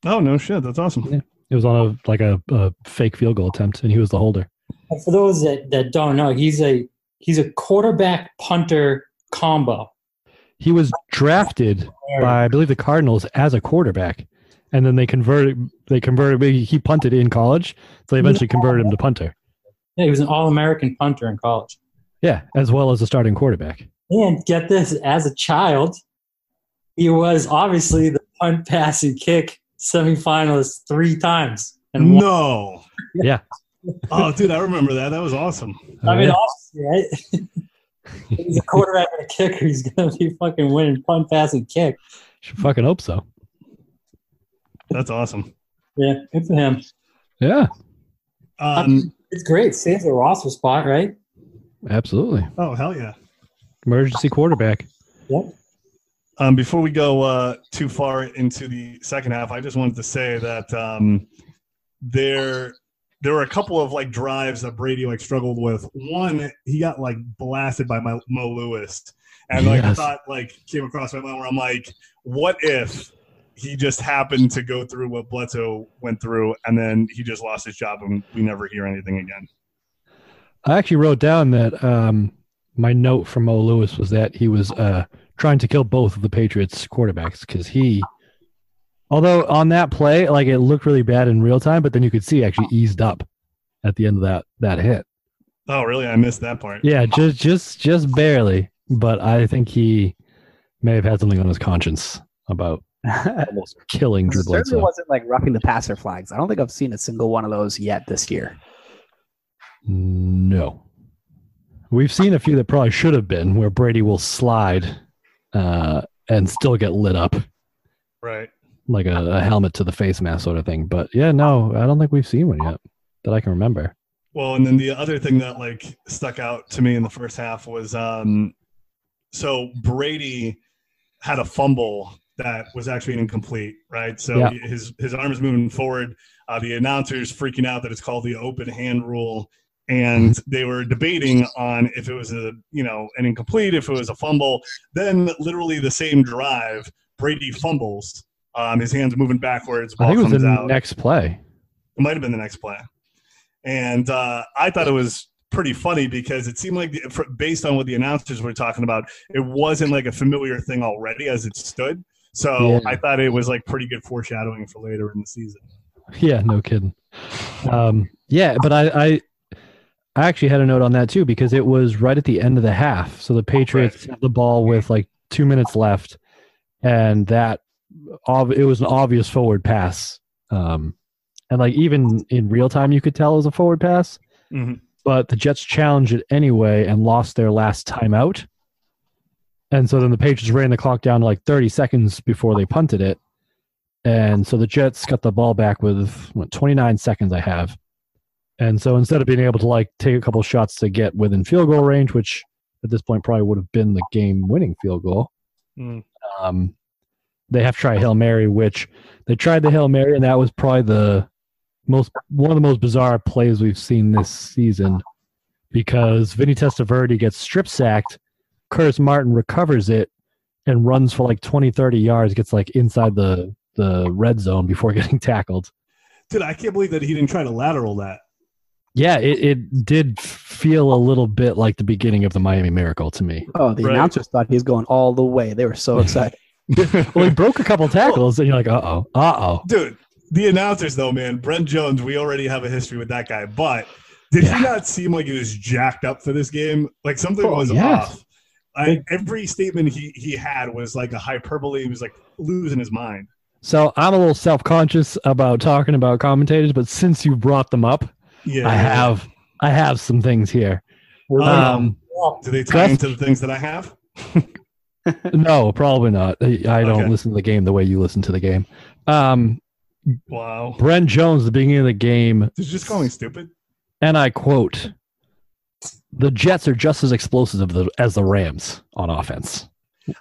S3: Oh no, shit, that's awesome.
S2: It was on a like a, a fake field goal attempt, and he was the holder.
S4: And for those that, that don't know, he's a he's a quarterback punter combo.
S2: He was drafted by, I believe, the Cardinals as a quarterback, and then they converted. They converted. He punted in college, so they eventually converted him to punter.
S4: Yeah, he was an all American punter in college.
S2: Yeah, as well as a starting quarterback.
S4: And get this, as a child, he was obviously the punt, pass, and kick semifinalist three times. And won.
S3: No.
S2: Yeah.
S3: oh, dude, I remember that. That was awesome.
S4: I mean,
S2: Uh,
S4: obviously, right? If he's a quarterback and a kicker. He's gonna be fucking winning punt, pass, and kick.
S2: should fucking hope so.
S3: That's awesome.
S4: Yeah, good for him.
S2: Yeah,
S3: Um,
S4: It's great. Saves a roster spot, right?
S2: absolutely.
S3: oh hell yeah.
S2: Emergency quarterback.
S3: Um, before we go uh, too far into the second half, I just wanted to say that um, there there were a couple of like drives that Brady like struggled with. One, he got like blasted by my, Mo Lewis, and like I
S2: Yes.
S3: thought like came across my mind where I'm like, what if he just happened to go through what Bledsoe went through, and then he just lost his job, and we never hear anything again.
S2: I actually wrote down that um, my note from Mo Lewis was that he was uh, trying to kill both of the Patriots quarterbacks because he, although on that play, like it looked really bad in real time, but then you could see actually eased up at the end of that that hit.
S3: Oh, really? I missed that part.
S2: Yeah, just just just barely. But I think he may have had something on his conscience about almost killing
S5: It
S2: Drew
S5: certainly
S2: Bledsoe.
S5: wasn't like roughing the passer flags. I don't think I've seen a single one of those yet this year.
S2: No. We've seen a few that probably should have been where Brady will slide uh, and still get lit up
S3: Right.
S2: like a, a helmet to the face mask sort of thing. But yeah, no, I don't think we've seen one yet that I can remember.
S3: Well, and then the other thing that like stuck out to me in the first half was um so Brady had a fumble that was actually incomplete, right? So
S2: Yeah.
S3: his his arm is moving forward. Uh, the announcer's freaking out that it's called the open hand rule, and they were debating on if it was a you know an incomplete, if it was a fumble. Then literally the same drive, Brady fumbles. Um, his hands moving backwards.
S2: I
S3: Ball
S2: think it was
S3: comes
S2: the
S3: out.
S2: next play.
S3: It might have been the next play. And uh, I thought it was pretty funny because it seemed like, the, for, based on what the announcers were talking about, it wasn't like a familiar thing already as it stood. So
S2: Yeah.
S3: I thought it was like pretty good foreshadowing for later in the season.
S2: Yeah, no kidding. Um, yeah, but I, I I actually had a note on that too because it was right at the end of the half. So the Patriots had the ball with like two minutes left, and that ob- it was an obvious forward pass. Um, and like even in real time, you could tell it was a forward pass.
S3: Mhm.
S2: But the Jets challenged it anyway and lost their last timeout. And so then the Patriots ran the clock down to like 30 seconds before they punted it. And so the Jets got the ball back with what, 29 seconds, I have. And so instead of being able to like take a couple shots to get within field goal range, which at this point probably would have been the game winning field goal,
S3: Mm.
S2: um, they have to try a Hail Mary, which they tried the Hail Mary, and that was probably the most one of the most bizarre plays we've seen this season because Vinny Testaverde gets strip sacked, Curtis Martin recovers it and runs for like 20, 30 yards, gets like inside the the red zone before getting tackled.
S3: Dude, I can't believe that he didn't try to lateral that.
S2: Yeah, it, it did feel a little bit like the beginning of the Miami Miracle to me.
S5: Oh, the
S3: Right.
S5: announcers thought he was going all the way. They were so excited.
S2: Well, he broke a couple tackles, and you're like, uh oh, uh oh.
S3: Dude, the announcers though, man, Brent Jones, we already have a history with that guy, but did he not seem like he was jacked up for this game? Like something
S2: Oh,
S3: was
S2: yes.
S3: off. I, every statement he, he had was like a hyperbole. He was like losing his mind.
S2: So I'm a little self conscious about talking about commentators, but since you brought them up,
S3: Yeah,
S2: I have I have some things here.
S4: We're
S3: Um,
S4: like,
S2: Um,
S4: well,
S3: Do they tie
S2: Gus-
S3: into the things that I have?
S2: no, probably not. I I don't
S3: Okay.
S2: listen to the game the way you listen to the game. Um,
S3: Wow,
S2: Brent Jones, the beginning of the game,
S3: Did you just call me stupid?
S2: and I quote, "The Jets are just as explosive of the, as the Rams on offense."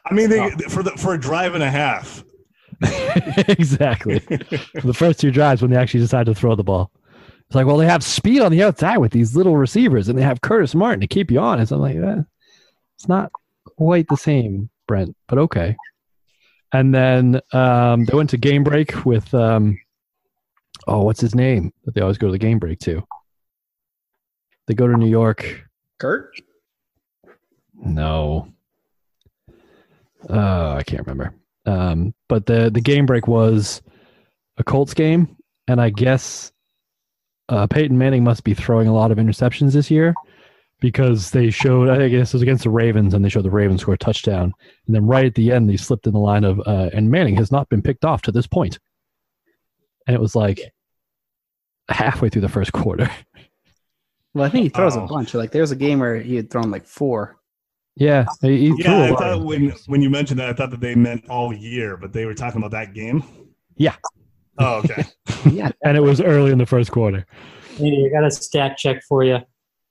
S3: I mean, they, for the for a drive and a half.
S2: exactly. For the first two drives, when they actually decide to throw the ball, it's like, well, they have speed on the outside with these little receivers, and they have Curtis Martin to keep you honest. I'm like, eh, it's not quite the same, Brent, but okay. And then um, they went to game break with, um, oh, what's his name that they always go to the game break to? They go to New York.
S6: Kurt?
S2: No. Uh, I can't remember. Um, but the the game break was a Colts game, and I guess uh, Peyton Manning must be throwing a lot of interceptions this year because they showed. I guess it was against the Ravens, and they showed the Ravens score a touchdown, and then right at the end they slipped in the line of uh, and Manning has not been picked off to this point, and it was like halfway through the first quarter.
S5: Well, I think he throws
S3: Oh.
S5: a bunch. Like there's a game where he had thrown like four.
S2: Yeah, he, he
S3: Yeah,
S2: threw a
S3: I
S2: lot.
S3: thought when when you mentioned that, I thought that they meant all year, but they were talking about that game.
S2: Yeah.
S3: Oh, okay.
S5: Yeah,
S2: and it was early in the first quarter.
S4: hey, I got a stat check for you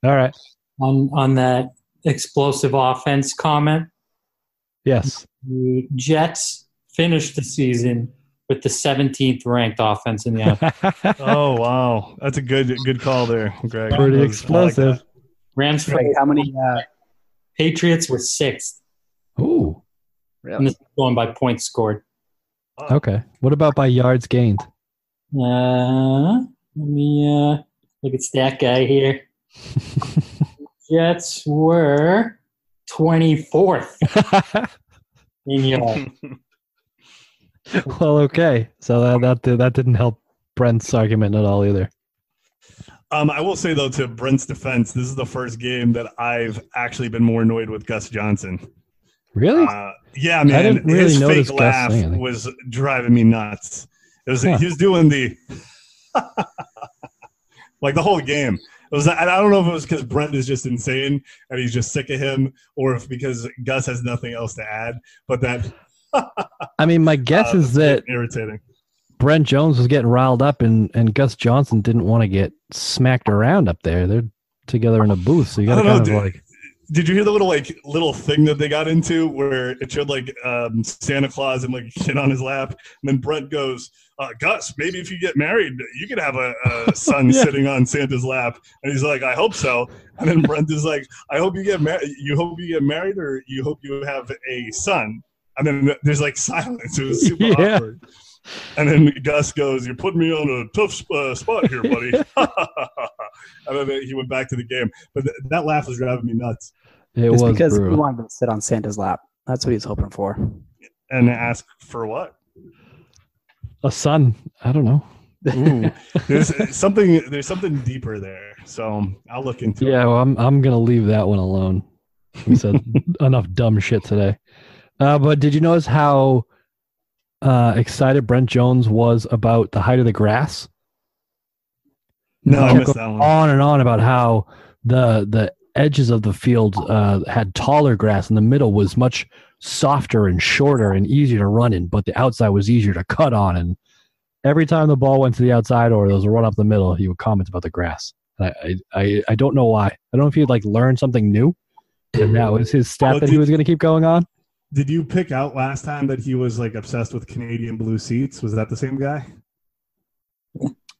S2: All right.
S4: on on that explosive offense comment.
S2: Yes.
S4: The Jets finished the season with the 17th ranked offense in the NFL.
S3: oh wow, that's a good good call there, Greg.
S2: Pretty
S3: I like
S2: explosive.
S3: that.
S4: Rams for
S5: like how many? Uh,
S4: Patriots were sixth,
S2: Ooh.
S4: and
S5: really?
S4: this is going by points scored.
S2: Okay. What about by yards gained?
S4: Uh, let me uh, look at stat guy here. Jets were 24th in yards.
S2: well, okay. So that that did- that didn't help Brent's argument at all either.
S3: Um, I will say though, to Brent's defense, this is the first game that I've actually been more annoyed with Gus Johnson.
S2: Really?
S3: Uh, yeah, man,
S2: didn't really
S3: his
S2: notice
S3: fake
S2: Gus
S3: laugh
S2: saying anything.
S3: was driving me nuts. It was
S2: Huh.
S3: he was doing the like the whole game. It was and I don't know if it was because Brent is just insane and he's just sick of him, or if because Gus has nothing else to add. But that
S2: I mean, my guess
S3: uh,
S2: is that
S3: irritating.
S2: Brent Jones was getting riled up, and and Gus Johnson didn't want to get smacked around up there. They're together in a booth, so you
S3: I
S2: got to
S3: don't know,
S2: kind of
S3: dude.
S2: like.
S3: Did you hear the little like little thing that they got into where it showed like um, Santa Claus and like shit on his lap, and then Brent goes, uh, "Gus, maybe if you get married, you could have a, a son
S2: Yeah.
S3: sitting on Santa's lap." And he's like, "I hope so." And then Brent is like, "I hope you get married. You hope you get married, or you hope you have a son." And then there's like silence. It was super
S2: Yeah.
S3: awkward. And then Gus goes, "You're putting me on a tough sp- uh, spot here, buddy." and then he went back to the game. But th- that laugh was driving me nuts.
S2: It
S5: It's
S2: was
S5: because
S2: brutal.
S5: he wanted to sit on Santa's lap. That's what he's hoping for.
S2: Mm.
S3: and ask for what?
S2: a son. I don't know.
S3: there's something. There's something deeper there. So I'll look into it.
S2: Yeah, well, I'm I'm gonna leave that one alone. We said enough dumb shit today. Uh, but did you notice how uh, excited Brent Jones was about the height of the grass?
S3: No, I
S2: He
S3: missed
S2: kept
S3: that one.
S2: on and on about how the the edges of the field uh, had taller grass, and the middle was much softer and shorter and easier to run in, but the outside was easier to cut on. And every time the ball went to the outside or there was a run up the middle, he would comment about the grass. And I, I, I, I don't know why. I don't know if he'd like learned something new. And that was his stat
S3: Well,
S2: that he
S3: did-
S2: was going to keep going on.
S3: Did you pick out last time that he was like obsessed with Canadian blue seats? Was that the same guy?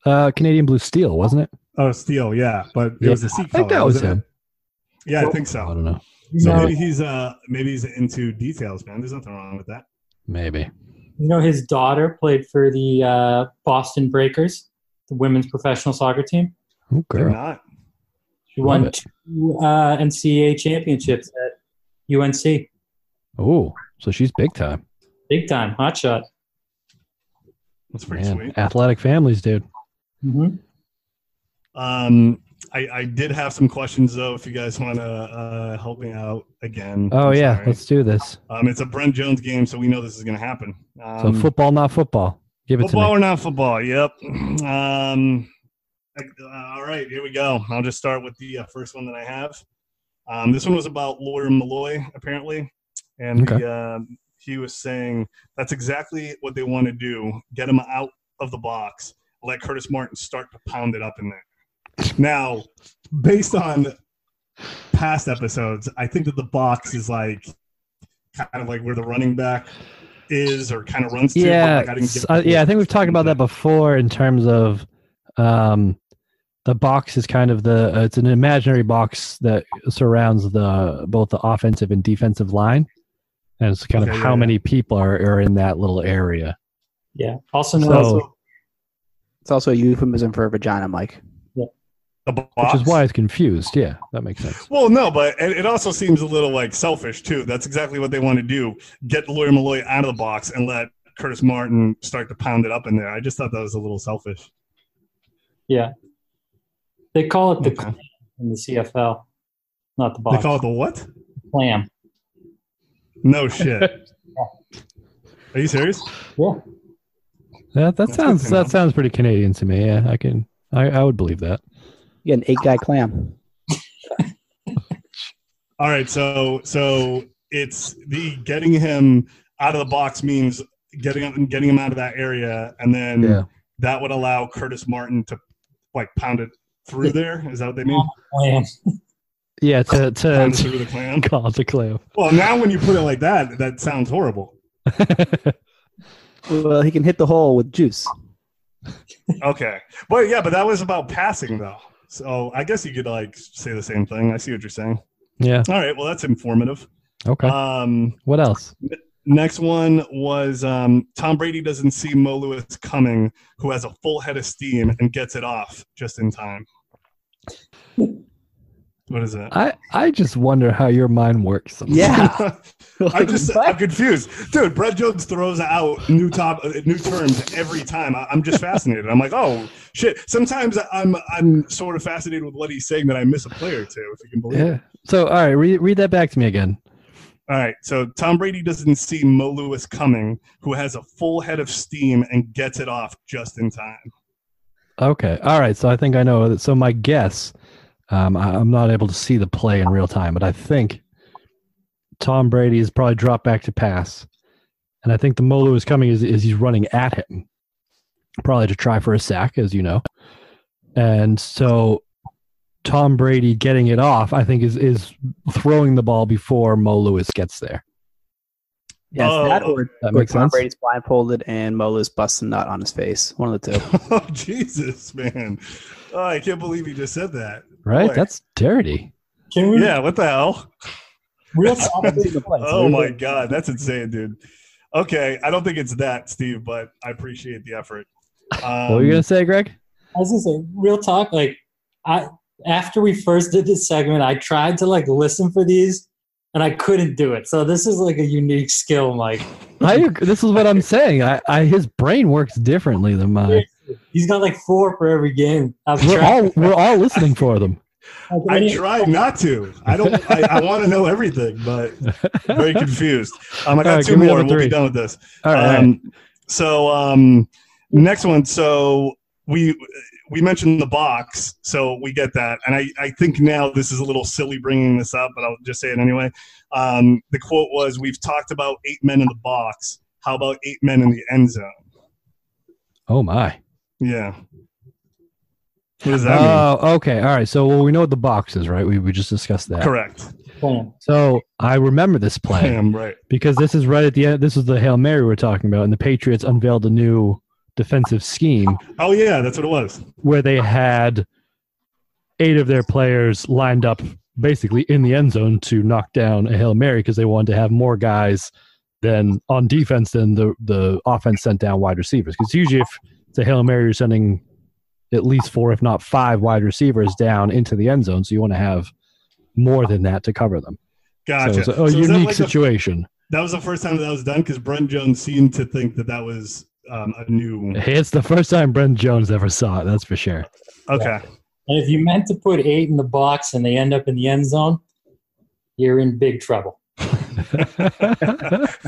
S2: Uh, Canadian Blue Steel, wasn't it?
S3: Oh, Steele. Yeah, but it was
S2: Yeah,
S3: the seat
S2: I think
S3: color,
S2: that was
S3: wasn't
S2: him.
S3: it? Yeah, I think
S2: I
S3: so.
S2: don't know.
S3: So
S4: No.
S3: maybe he's uh maybe he's into details, man. There's nothing wrong with that.
S2: Maybe.
S4: You know, his daughter played for the uh, Boston Breakers, the women's professional soccer team.
S2: Oh,
S3: They're
S2: girl.
S3: not.
S4: She
S2: Love
S4: won
S2: it.
S4: two uh, NCAA championships at UNC.
S2: Oh, so she's big time.
S4: Big time, hot shot.
S3: That's pretty
S2: Man,
S3: sweet.
S2: athletic families, dude.
S3: Mm-hmm.
S4: Mhm.
S3: Um, I, I did have some questions though. If you guys want to uh, help me out again.
S2: Oh
S3: I'm
S2: yeah,
S3: sorry.
S2: let's do this.
S3: Um, it's a Brent Jones game, so we know this is going to happen. Um,
S2: So football, not football. Give it to
S3: football
S2: me.
S3: or not football? Yep. Um, uh, all right, here we go. I'll just start with the uh, first one that I have. Um, this one was about lawyer Malloy, apparently, and
S2: Okay.
S3: the, uh, he was saying that's exactly what they want to do: get him out of the box, let Curtis Martin start to pound it up in there. Now, based on past episodes, I think that the box is like kind of like where the running back is or kind of runs to. but,
S2: Yeah,
S3: like, Oh I didn't get
S2: uh, yeah. I think we've talked about
S3: Yeah.
S2: that before in terms of um, the box is kind of the uh, it's an imaginary box that surrounds the both the offensive and defensive line, and it's kind
S3: Okay,
S2: of
S3: yeah,
S2: how
S3: yeah.
S2: many people are, are in that little area.
S4: Yeah. Also,
S2: So-
S4: know that's
S5: It's also a euphemism for vagina, Mike.
S3: the box.
S2: Which is why it's confused. Yeah, that makes sense.
S3: Well, no, but it, it also seems a little like selfish too. That's exactly what they want to do: get Lawyer Malloy out of the box and let Curtis Martin start to pound it up in there. I just thought that was a little selfish.
S4: Yeah. They call it the
S3: Okay.
S4: clam in the CFL, not the box.
S3: They call it the what?
S4: clam.
S3: No shit. Are you serious?
S4: Yeah.
S2: That that
S3: That's good
S2: sounds
S3: to know.
S2: that sounds pretty Canadian to me. Yeah, I can I, I would believe that.
S5: You got an eight guy clam.
S3: All right, so so it's the getting him out of the box means getting him getting him out of that area, and then
S2: Yeah.
S3: that would allow Curtis Martin to like pound it through there. Is that what they mean?
S4: Clam.
S2: Yeah, to to,
S3: Pound it
S2: to
S3: through the clam.
S2: call it a clam.
S3: Well, now when you put it like that, that sounds horrible.
S5: Well, he can hit the hole with juice.
S3: Okay, but yeah, but that was about passing though. So I guess you could like say the same thing. I see what you're saying.
S2: yeah.
S3: All right, well that's informative.
S2: Okay.
S3: Um,
S2: what else?
S3: Next one was um, Tom Brady doesn't see Mo Lewis coming, who has a full head of steam and gets it off just in time. What is that?
S2: I I just wonder how your mind works. sometimes.
S5: Yeah.
S3: I'm just
S5: What?
S3: I'm confused, dude. Brett Jones throws out new top uh, new terms every time. I, I'm just fascinated. I'm like, oh shit. Sometimes I'm I'm sort of fascinated with what he's saying that I miss a player or two, if you can believe. it.
S2: Yeah. So all right, read read that back to me again.
S3: All right, so Tom Brady doesn't see Mo Lewis coming, who has a full head of steam and gets it off just in time.
S2: Okay. All right. So I think I know. So my guess, um, I, I'm not able to see the play in real time, but I think Tom Brady is probably dropped back to pass, and I think the Molu is coming is, is he's running at him, probably to try for a sack, as you know, and so Tom Brady getting it off, I think is is throwing the ball before Mo Lewis gets there.
S5: Yes,
S3: Oh.
S5: that or,
S2: That
S5: or
S2: makes
S5: Tom
S2: sense.
S5: Brady's blindfolded and Mola's busting nut on his face. One of the two.
S3: oh Jesus, man! Oh, I can't believe he just said that.
S2: Right?
S3: Boy.
S2: That's dirty.
S4: Can we
S3: Yeah, what the hell?
S4: real
S5: I haven't seen the play, so
S3: Oh
S5: we-
S3: my God, that's insane, dude. Okay, I don't think it's that, Steve, but I appreciate the effort. Um,
S2: what were you gonna say, Greg?
S4: I was gonna say, real talk. Like, I after we first did this segment, I tried to like listen for these, and I couldn't do it. So this is like a unique skill, Mike.
S2: I, ag- this is what I'm saying. I, I his brain works differently than mine.
S4: He's got like four for every game. I've
S2: We're
S4: tried.
S2: all we're all listening for them.
S3: Um, I try not to. I don't. I, I want to know everything, but very confused. Um, I got
S2: All right,
S3: two
S2: give me
S3: more.
S2: number
S3: and We'll
S2: three.
S3: be done with this.
S2: All right, all right.
S3: Um, so um, next one. So we we mentioned the box, so we get that, and I I think now this is a little silly bringing this up, but I'll just say it anyway. Um, the quote was, "We've talked about eight men in the box. How about eight men in the end zone?"
S2: Oh my.
S3: Yeah. What does that mean?
S2: Oh, okay. All right. So well, we know what the box is, right? We we just discussed that.
S3: Correct.
S4: Boom.
S2: So I remember this
S3: I
S2: play
S3: am right.
S2: because this is right at the end. This is the hail mary we're talking about, and the Patriots unveiled a new defensive scheme
S3: Oh yeah, that's what it was.
S2: where they had eight of their players lined up basically in the end zone to knock down a Hail Mary because they wanted to have more guys than on defense than the, the offense sent down wide receivers. Because usually if it's a Hail Mary, you're sending at least four, if not five, wide receivers down into the end zone. So you want to have more than that to cover them. So
S3: Gotcha.
S2: it's a, a
S3: So is that
S2: unique
S3: like the-
S2: situation.
S3: that was the first time that was done because Brent Jones seemed to think that that was um, a new.
S2: It's the first time Brent Jones ever saw it. That's for sure.
S3: Okay,
S4: And if you meant to put eight in the box and they end up in the end zone, you're in big trouble.
S2: That's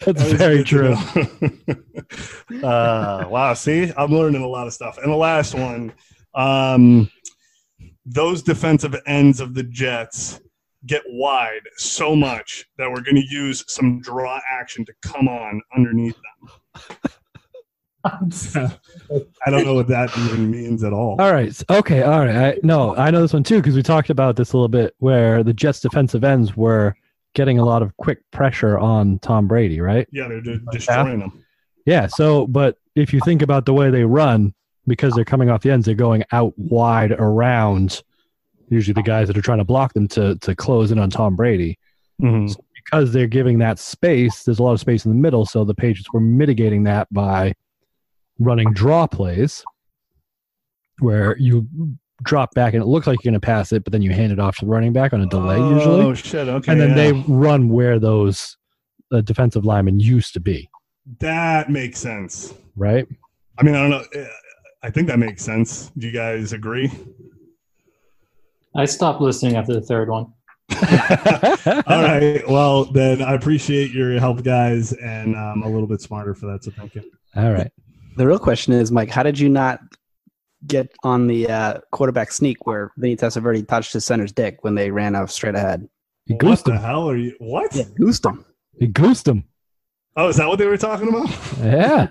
S3: that's
S2: very true.
S3: uh, wow, see, I'm learning a lot of stuff. And the last one, um, those defensive ends of the Jets get wide so much that we're going to use some draw action to come on underneath them. I don't know what that even means at all.
S2: All right. s- Okay. All right. I, no, I know this one too because we talked about this a little bit where the Jets defensive ends were getting a lot of quick pressure on Tom Brady, right?
S3: Yeah, they're de- destroying them.
S2: Yeah. So, but if you think about the way they run, because they're coming off the ends, they're going out wide around usually the guys that are trying to block them to, to close in on Tom Brady.
S3: Mhm.
S2: Because they're giving that space, there's a lot of space in the middle. So the Patriots were mitigating that by running draw plays where you drop back and it looks like you're going to pass it, but then you hand it off to the running back on a delay usually.
S3: Oh shit! Okay,
S2: and then
S3: yeah.
S2: they run where those uh, defensive linemen used to be,
S3: that makes sense.
S2: right?
S3: I mean, I don't know. I think that makes sense. Do you guys agree?
S4: I stopped listening after the third one.
S3: All right. Well, then I appreciate your help, guys, and I'm a little bit smarter for that. So thank you.
S2: All right.
S5: The real question is, Mike, how did you not get on the uh, quarterback sneak where Vinny Testaverde touched his center's dick when they ran off straight ahead?
S2: He
S3: What
S2: goosed
S3: the
S2: him.
S3: hell are you? What?
S5: goosed him.
S2: He goosed him.
S3: Oh, is that what they were talking about?
S2: Yeah.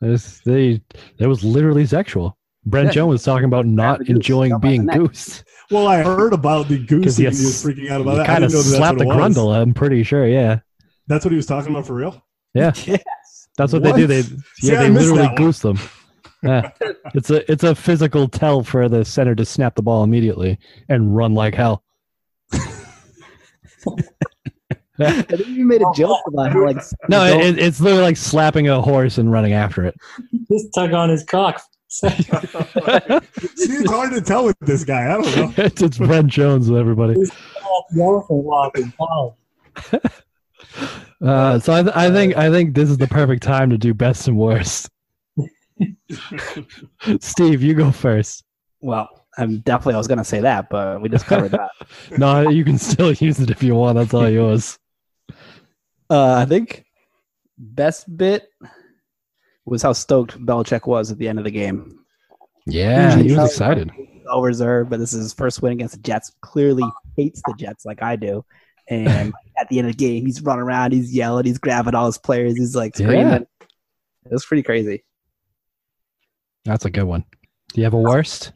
S2: There's, they, that was literally sexual. Brent
S5: Yeah.
S2: Jones was talking about
S5: the
S2: not
S5: goose.
S2: enjoying
S5: How about
S2: being
S5: the neck?
S2: goosed.
S3: Well, I heard about the goose.
S2: 'Cause
S3: And he
S2: you s-
S3: was freaking out about
S2: You
S3: that. I
S2: kind of
S3: didn't know that that's
S2: slapped
S3: what
S2: the
S3: it was.
S2: grundle, I'm pretty sure. Yeah.
S3: That's what he was talking about for real.
S2: That's what,
S3: What?
S2: they do. They, yeah,
S3: See, I
S2: they
S3: missed
S2: literally
S3: that one.
S2: goose them. Yeah. it's a it's a physical tell for the center to snap the ball immediately and run like hell.
S5: I think you made a joke about how like
S2: No, it, it- it's literally like slapping a horse and running after it.
S4: Just tug on his cock.
S3: See, it's hard to tell with this guy. I don't know.
S2: it's, it's Brent Jones, everybody. Uh, so I, th- I think I think this is the perfect time to do best and worst. Steve, you go first.
S5: well, I'm definitely I was gonna say that, but we just covered that.
S2: No, you can still use it if you want. That's all yours.
S5: Uh, I think best bit was how stoked Belichick was at the end of the game.
S2: Yeah,
S5: Usually
S2: he was
S5: how-
S2: excited.
S5: all reserve, but this is his first win against the Jets. Clearly hates the Jets like I do. And at the end of the game, he's running around, he's yelling, he's grabbing all his players, he's like
S2: Yeah.
S5: screaming. It was pretty crazy.
S2: That's a good one. Do you have a worst?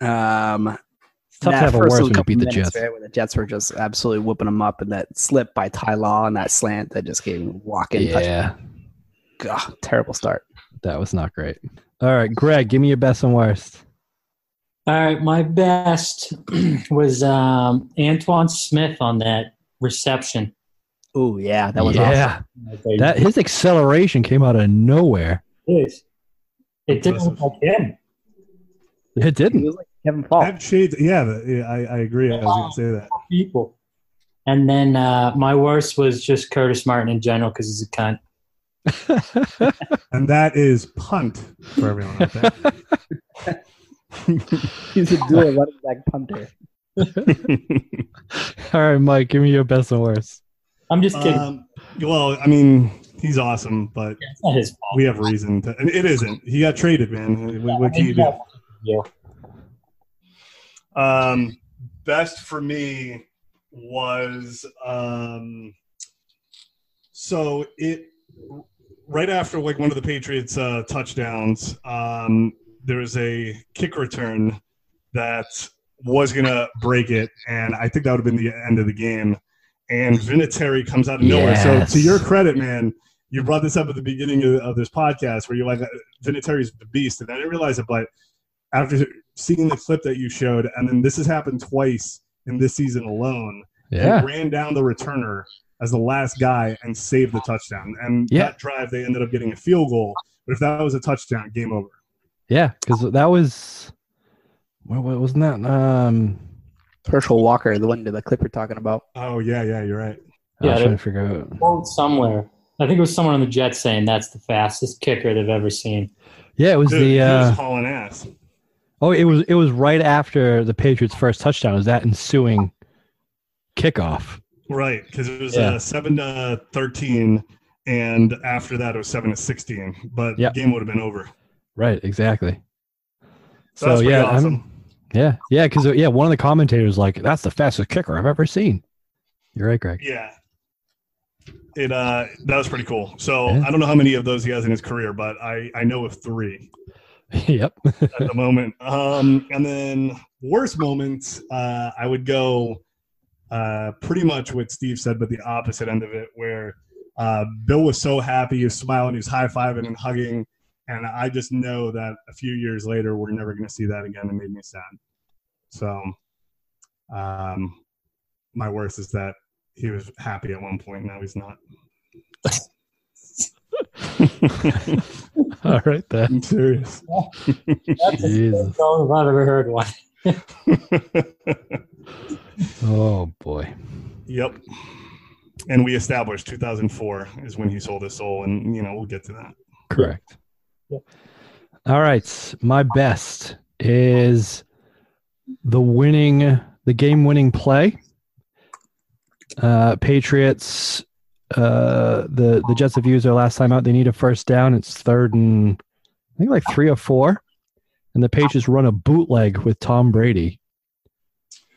S5: Um,
S2: It's tough to
S5: that
S2: have a
S5: first
S2: worst when
S5: little
S2: you
S5: couple
S2: beat the
S5: minutes
S2: Jets.
S5: there where the Jets were just absolutely whooping him up, and that slip by Ty Law and that slant that just gave him walk in.
S2: Yeah,
S5: Ugh, terrible start.
S2: that was not great. All right, Greg, give me your best and worst.
S4: All right, my best was um, Antoine Smith on that reception.
S5: Oh yeah, that was awesome.
S2: yeah.
S4: Okay,
S2: That his acceleration came out of nowhere.
S4: it is. It didn't look like him.
S2: It
S5: He
S2: didn't.
S5: was like Kevin
S3: I
S4: Oh.
S5: Paul.
S3: have shades. Yeah, the- yeah, I, I agree. I was going to say that.
S4: People. And then uh, my worst was just Curtis Martin in general because he's a cunt.
S3: And that is punt for everyone out there.
S5: He's a dual running back punter.
S2: All right, Mike, give me your best and worst.
S4: I'm just kidding.
S3: Um, well, I mean, he's awesome, but
S4: it's not his fault.
S3: we have reason to. and It isn't. He got traded, man. What, what can you do?
S4: Yeah. Yeah.
S3: Um, best for me was um, so it right after like one of the Patriots' uh, touchdowns. Um, there was a kick return that was gonna break it, and I think that would have been the end of the game. And Vinatieri comes out of nowhere.
S2: Yes.
S3: So to your credit, man. You brought this up at the beginning of, of this podcast, where you're like, "Vinatieri's the beast," and I didn't realize it, but after seeing the clip that you showed, and then this has happened twice in this season alone.
S2: Yeah.
S3: He ran down the returner as the last guy and saved the touchdown. And
S2: Yeah.
S3: that drive, they ended up getting a field goal. But if that was a touchdown, game over.
S2: Yeah, because that was what, what wasn't that? Um
S5: Herschel Walker, the one that the clip you're talking about.
S3: Oh yeah, yeah, you're
S2: I
S3: right.
S2: was
S4: Yeah,
S2: trying
S4: they-
S2: to figure out.
S4: Quote somewhere. I think it was someone on the Jets saying that's the fastest kicker they've ever seen.
S2: Yeah, it was
S3: Dude,
S2: the.
S3: he was
S2: Uh,
S3: hauling ass.
S2: oh, it was it was right after the Patriots' first touchdown. It was that ensuing kickoff?
S3: Right, because it was
S2: Yeah.
S3: uh, seven to thirteen, and after that it was seven to sixteen. But
S2: Yep.
S3: the game would have been over.
S2: Right, exactly.
S3: So, that's
S2: So,
S3: pretty
S2: yeah, I'm-
S3: awesome.
S2: Yeah, yeah, because yeah, one of the commentators was like that's the fastest kicker I've ever seen. You're right, Greg.
S3: Yeah. It uh that was pretty cool. So
S2: Yeah.
S3: I don't know how many of those he has in his career, but I I know of three
S2: yep.
S3: at the moment. Um and then worst moments, uh I would go uh pretty much what Steve said, but the opposite end of it, where uh Bill was so happy, he was smiling, he was high fiving and hugging. And I just know that a few years later we're never gonna see that again. It made me sad. So um my worst is that he was happy at one point, now he's not.
S2: All right then.
S3: I'm serious.
S4: That's the
S2: Jesus.
S4: best song I've ever heard one.
S2: Oh boy.
S3: yep. And we established 2004 is when he sold his soul, and you know we'll get to that.
S2: Correct.
S4: Yeah.
S2: All right. My best is the winning, the game winning play. Uh, Patriots, uh, the, the Jets have used their last time out. They need a first down. It's third and I think like three or four. And the Patriots run a bootleg with Tom Brady.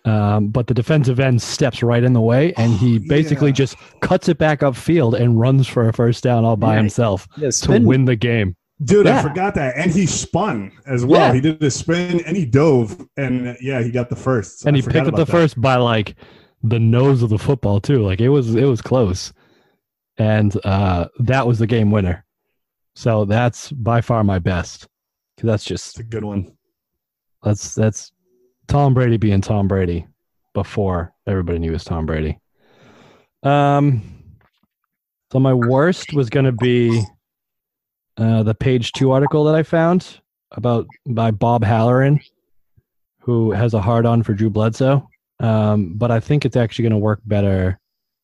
S2: Um, but the defensive end steps right in the way and he
S3: Oh,
S2: basically
S3: yeah.
S2: just cuts it back upfield and runs for a first down all by
S5: Nice.
S2: himself
S5: Yeah,
S2: to win the game.
S3: Dude,
S2: Yeah.
S3: I forgot that, and he spun as well.
S2: Yeah.
S3: He did the spin and he dove, and uh, yeah, he got the first.
S2: and
S3: I
S2: he
S3: forgot
S2: picked up
S3: about
S2: the
S3: that.
S2: first by like the nose of the football too. Like it was it was close. And uh that was the game winner. So that's by far my best. 'Cause That's
S3: It's
S2: just
S3: a good one.
S2: that's that's Tom Brady being Tom Brady before everybody knew he was Tom Brady. Um so my worst was gonna be uh the page two article that I found about by Bob Halloran, who has a hard on for Drew Bledsoe. Um, but I think it's actually going to work better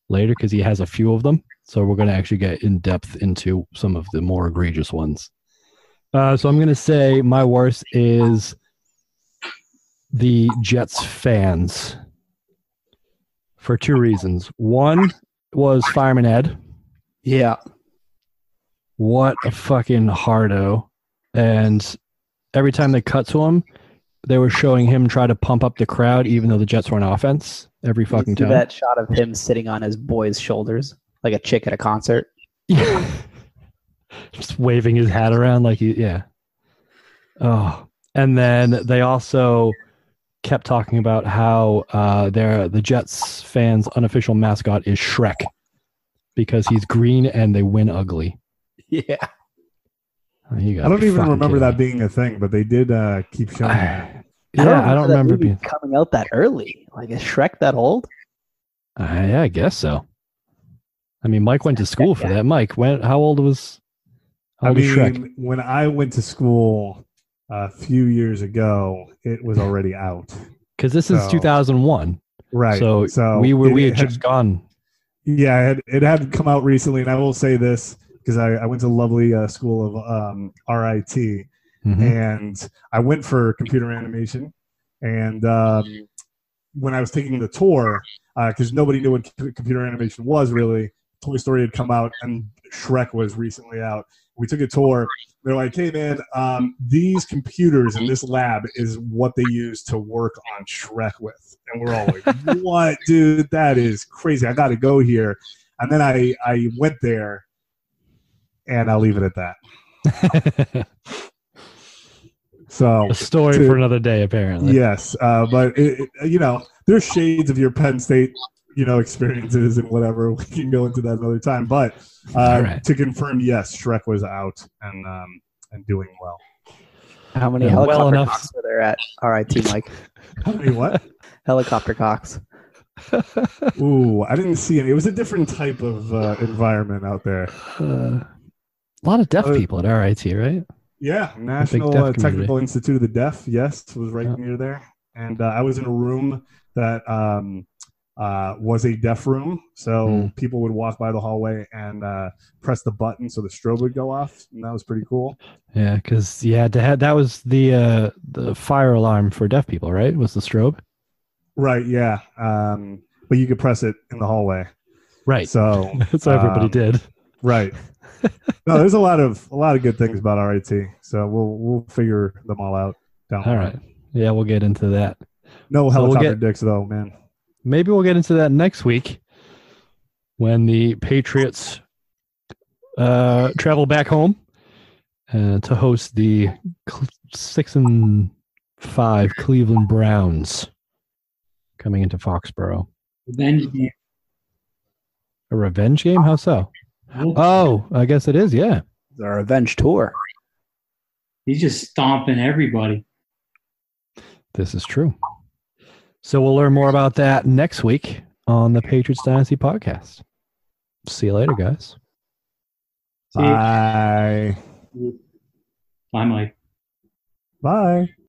S2: later because he has a few of them. So we're going to actually get in depth into some of the more egregious ones. Uh, so I'm going to say my worst is the Jets fans for two reasons. One was Fireman Ed.
S5: Yeah.
S2: What a fucking hardo. And every time they cut to him, they were showing him try to pump up the crowd, even though the Jets were on offense every fucking
S5: You see
S2: time.
S5: That shot of him sitting on his boy's shoulders like a chick at a concert.
S2: Yeah. Just waving his hat around like he, yeah. Oh, and then they also kept talking about how uh, their the Jets fans' unofficial mascot is Shrek because he's green and they win ugly.
S5: Yeah.
S2: Oh, you
S3: I
S2: gotta
S3: don't
S2: be
S3: even
S2: fucking
S3: remember that
S2: kidding Ah,
S3: being a thing, but they did uh, keep showing.
S2: me.
S3: that.
S2: yeah, I don't
S5: that
S2: remember
S5: movie
S2: being.
S5: coming out that early. Like is Shrek that old?
S2: Uh, yeah, I guess so. I mean, Mike went to school for
S5: Yeah.
S2: that. Mike, when how old was? How
S3: I
S2: old was
S3: mean,
S2: Shrek?
S3: when I went to school a few years ago, it was already out.
S2: Because this is
S3: so-
S2: 2001.
S3: Right.
S2: So, we were
S3: oh. it-
S2: we
S3: it
S2: had
S3: had-
S2: just gone
S3: Yeah, it had, it had come out recently, and I will say this because I, I went to a lovely uh, school of um, RIT,
S2: Mhm.
S3: and I went for computer animation. And um, when I was taking the tour, because nobody knew what c- computer animation was really, Toy Story had come out, and Shrek was recently out. We took a tour. They're like, "Hey, man, um, these computers in this lab is what they use to work on Shrek with," and we're all like, "What, dude? That is crazy! I got to go here." And then I I went there, and I'll leave it at that. So
S2: a story
S3: to-
S2: for another day, apparently.
S3: Yes, uh, but it, it- you know, there's shades of your Penn State, you know, experiences and whatever. We can go into that another time. But uh,
S2: All right.
S3: to confirm, yes, Shrek was out and um, and doing well.
S5: How many
S2: Yeah, well
S5: helicopter
S2: enough.
S5: cocks were there at RIT Mike?
S3: How many what?
S5: helicopter cocks.
S3: Ooh, I didn't see any. It was a different type of uh, environment out there.
S2: Uh, a lot of deaf
S3: Uh,
S2: people at RIT, right?
S3: Yeah, National
S2: deaf
S3: uh, Technical
S2: community.
S3: Institute of the Deaf. Yes, was right
S2: Yeah.
S3: near there, and uh, I was in a room that um, uh, was a deaf room. So
S2: Mm.
S3: people would walk by the hallway and uh, press the button so the strobe would go off. And that was pretty cool.
S2: Yeah, because yeah, to have, that was the uh, the fire alarm for deaf people, right? Was the strobe?
S3: Right. Yeah. Um, but you could press it in the hallway.
S2: Right.
S3: So,
S2: That's what everybody
S3: um,
S2: did.
S3: right. no, there's a lot of a lot of good things about RIT. So we'll we'll figure them all out. Down the
S2: All
S3: line.
S2: right. Yeah, we'll get into that.
S3: No
S2: So we'll
S3: helicopter
S2: get-
S3: dicks though, man.
S2: Maybe we'll get into that next week when the Patriots uh, travel back home uh, to host the Cl- six and five Cleveland Browns coming into Foxborough.
S4: Revenge game.
S2: A revenge game? How so? Oh, I guess it is. Yeah.
S5: The revenge tour.
S4: He's just stomping everybody.
S2: This is true. So we'll learn more about that next week on the Patriots Dynasty podcast. See you later, guys.
S4: See,
S3: Bye.
S4: I'm like.
S3: Bye.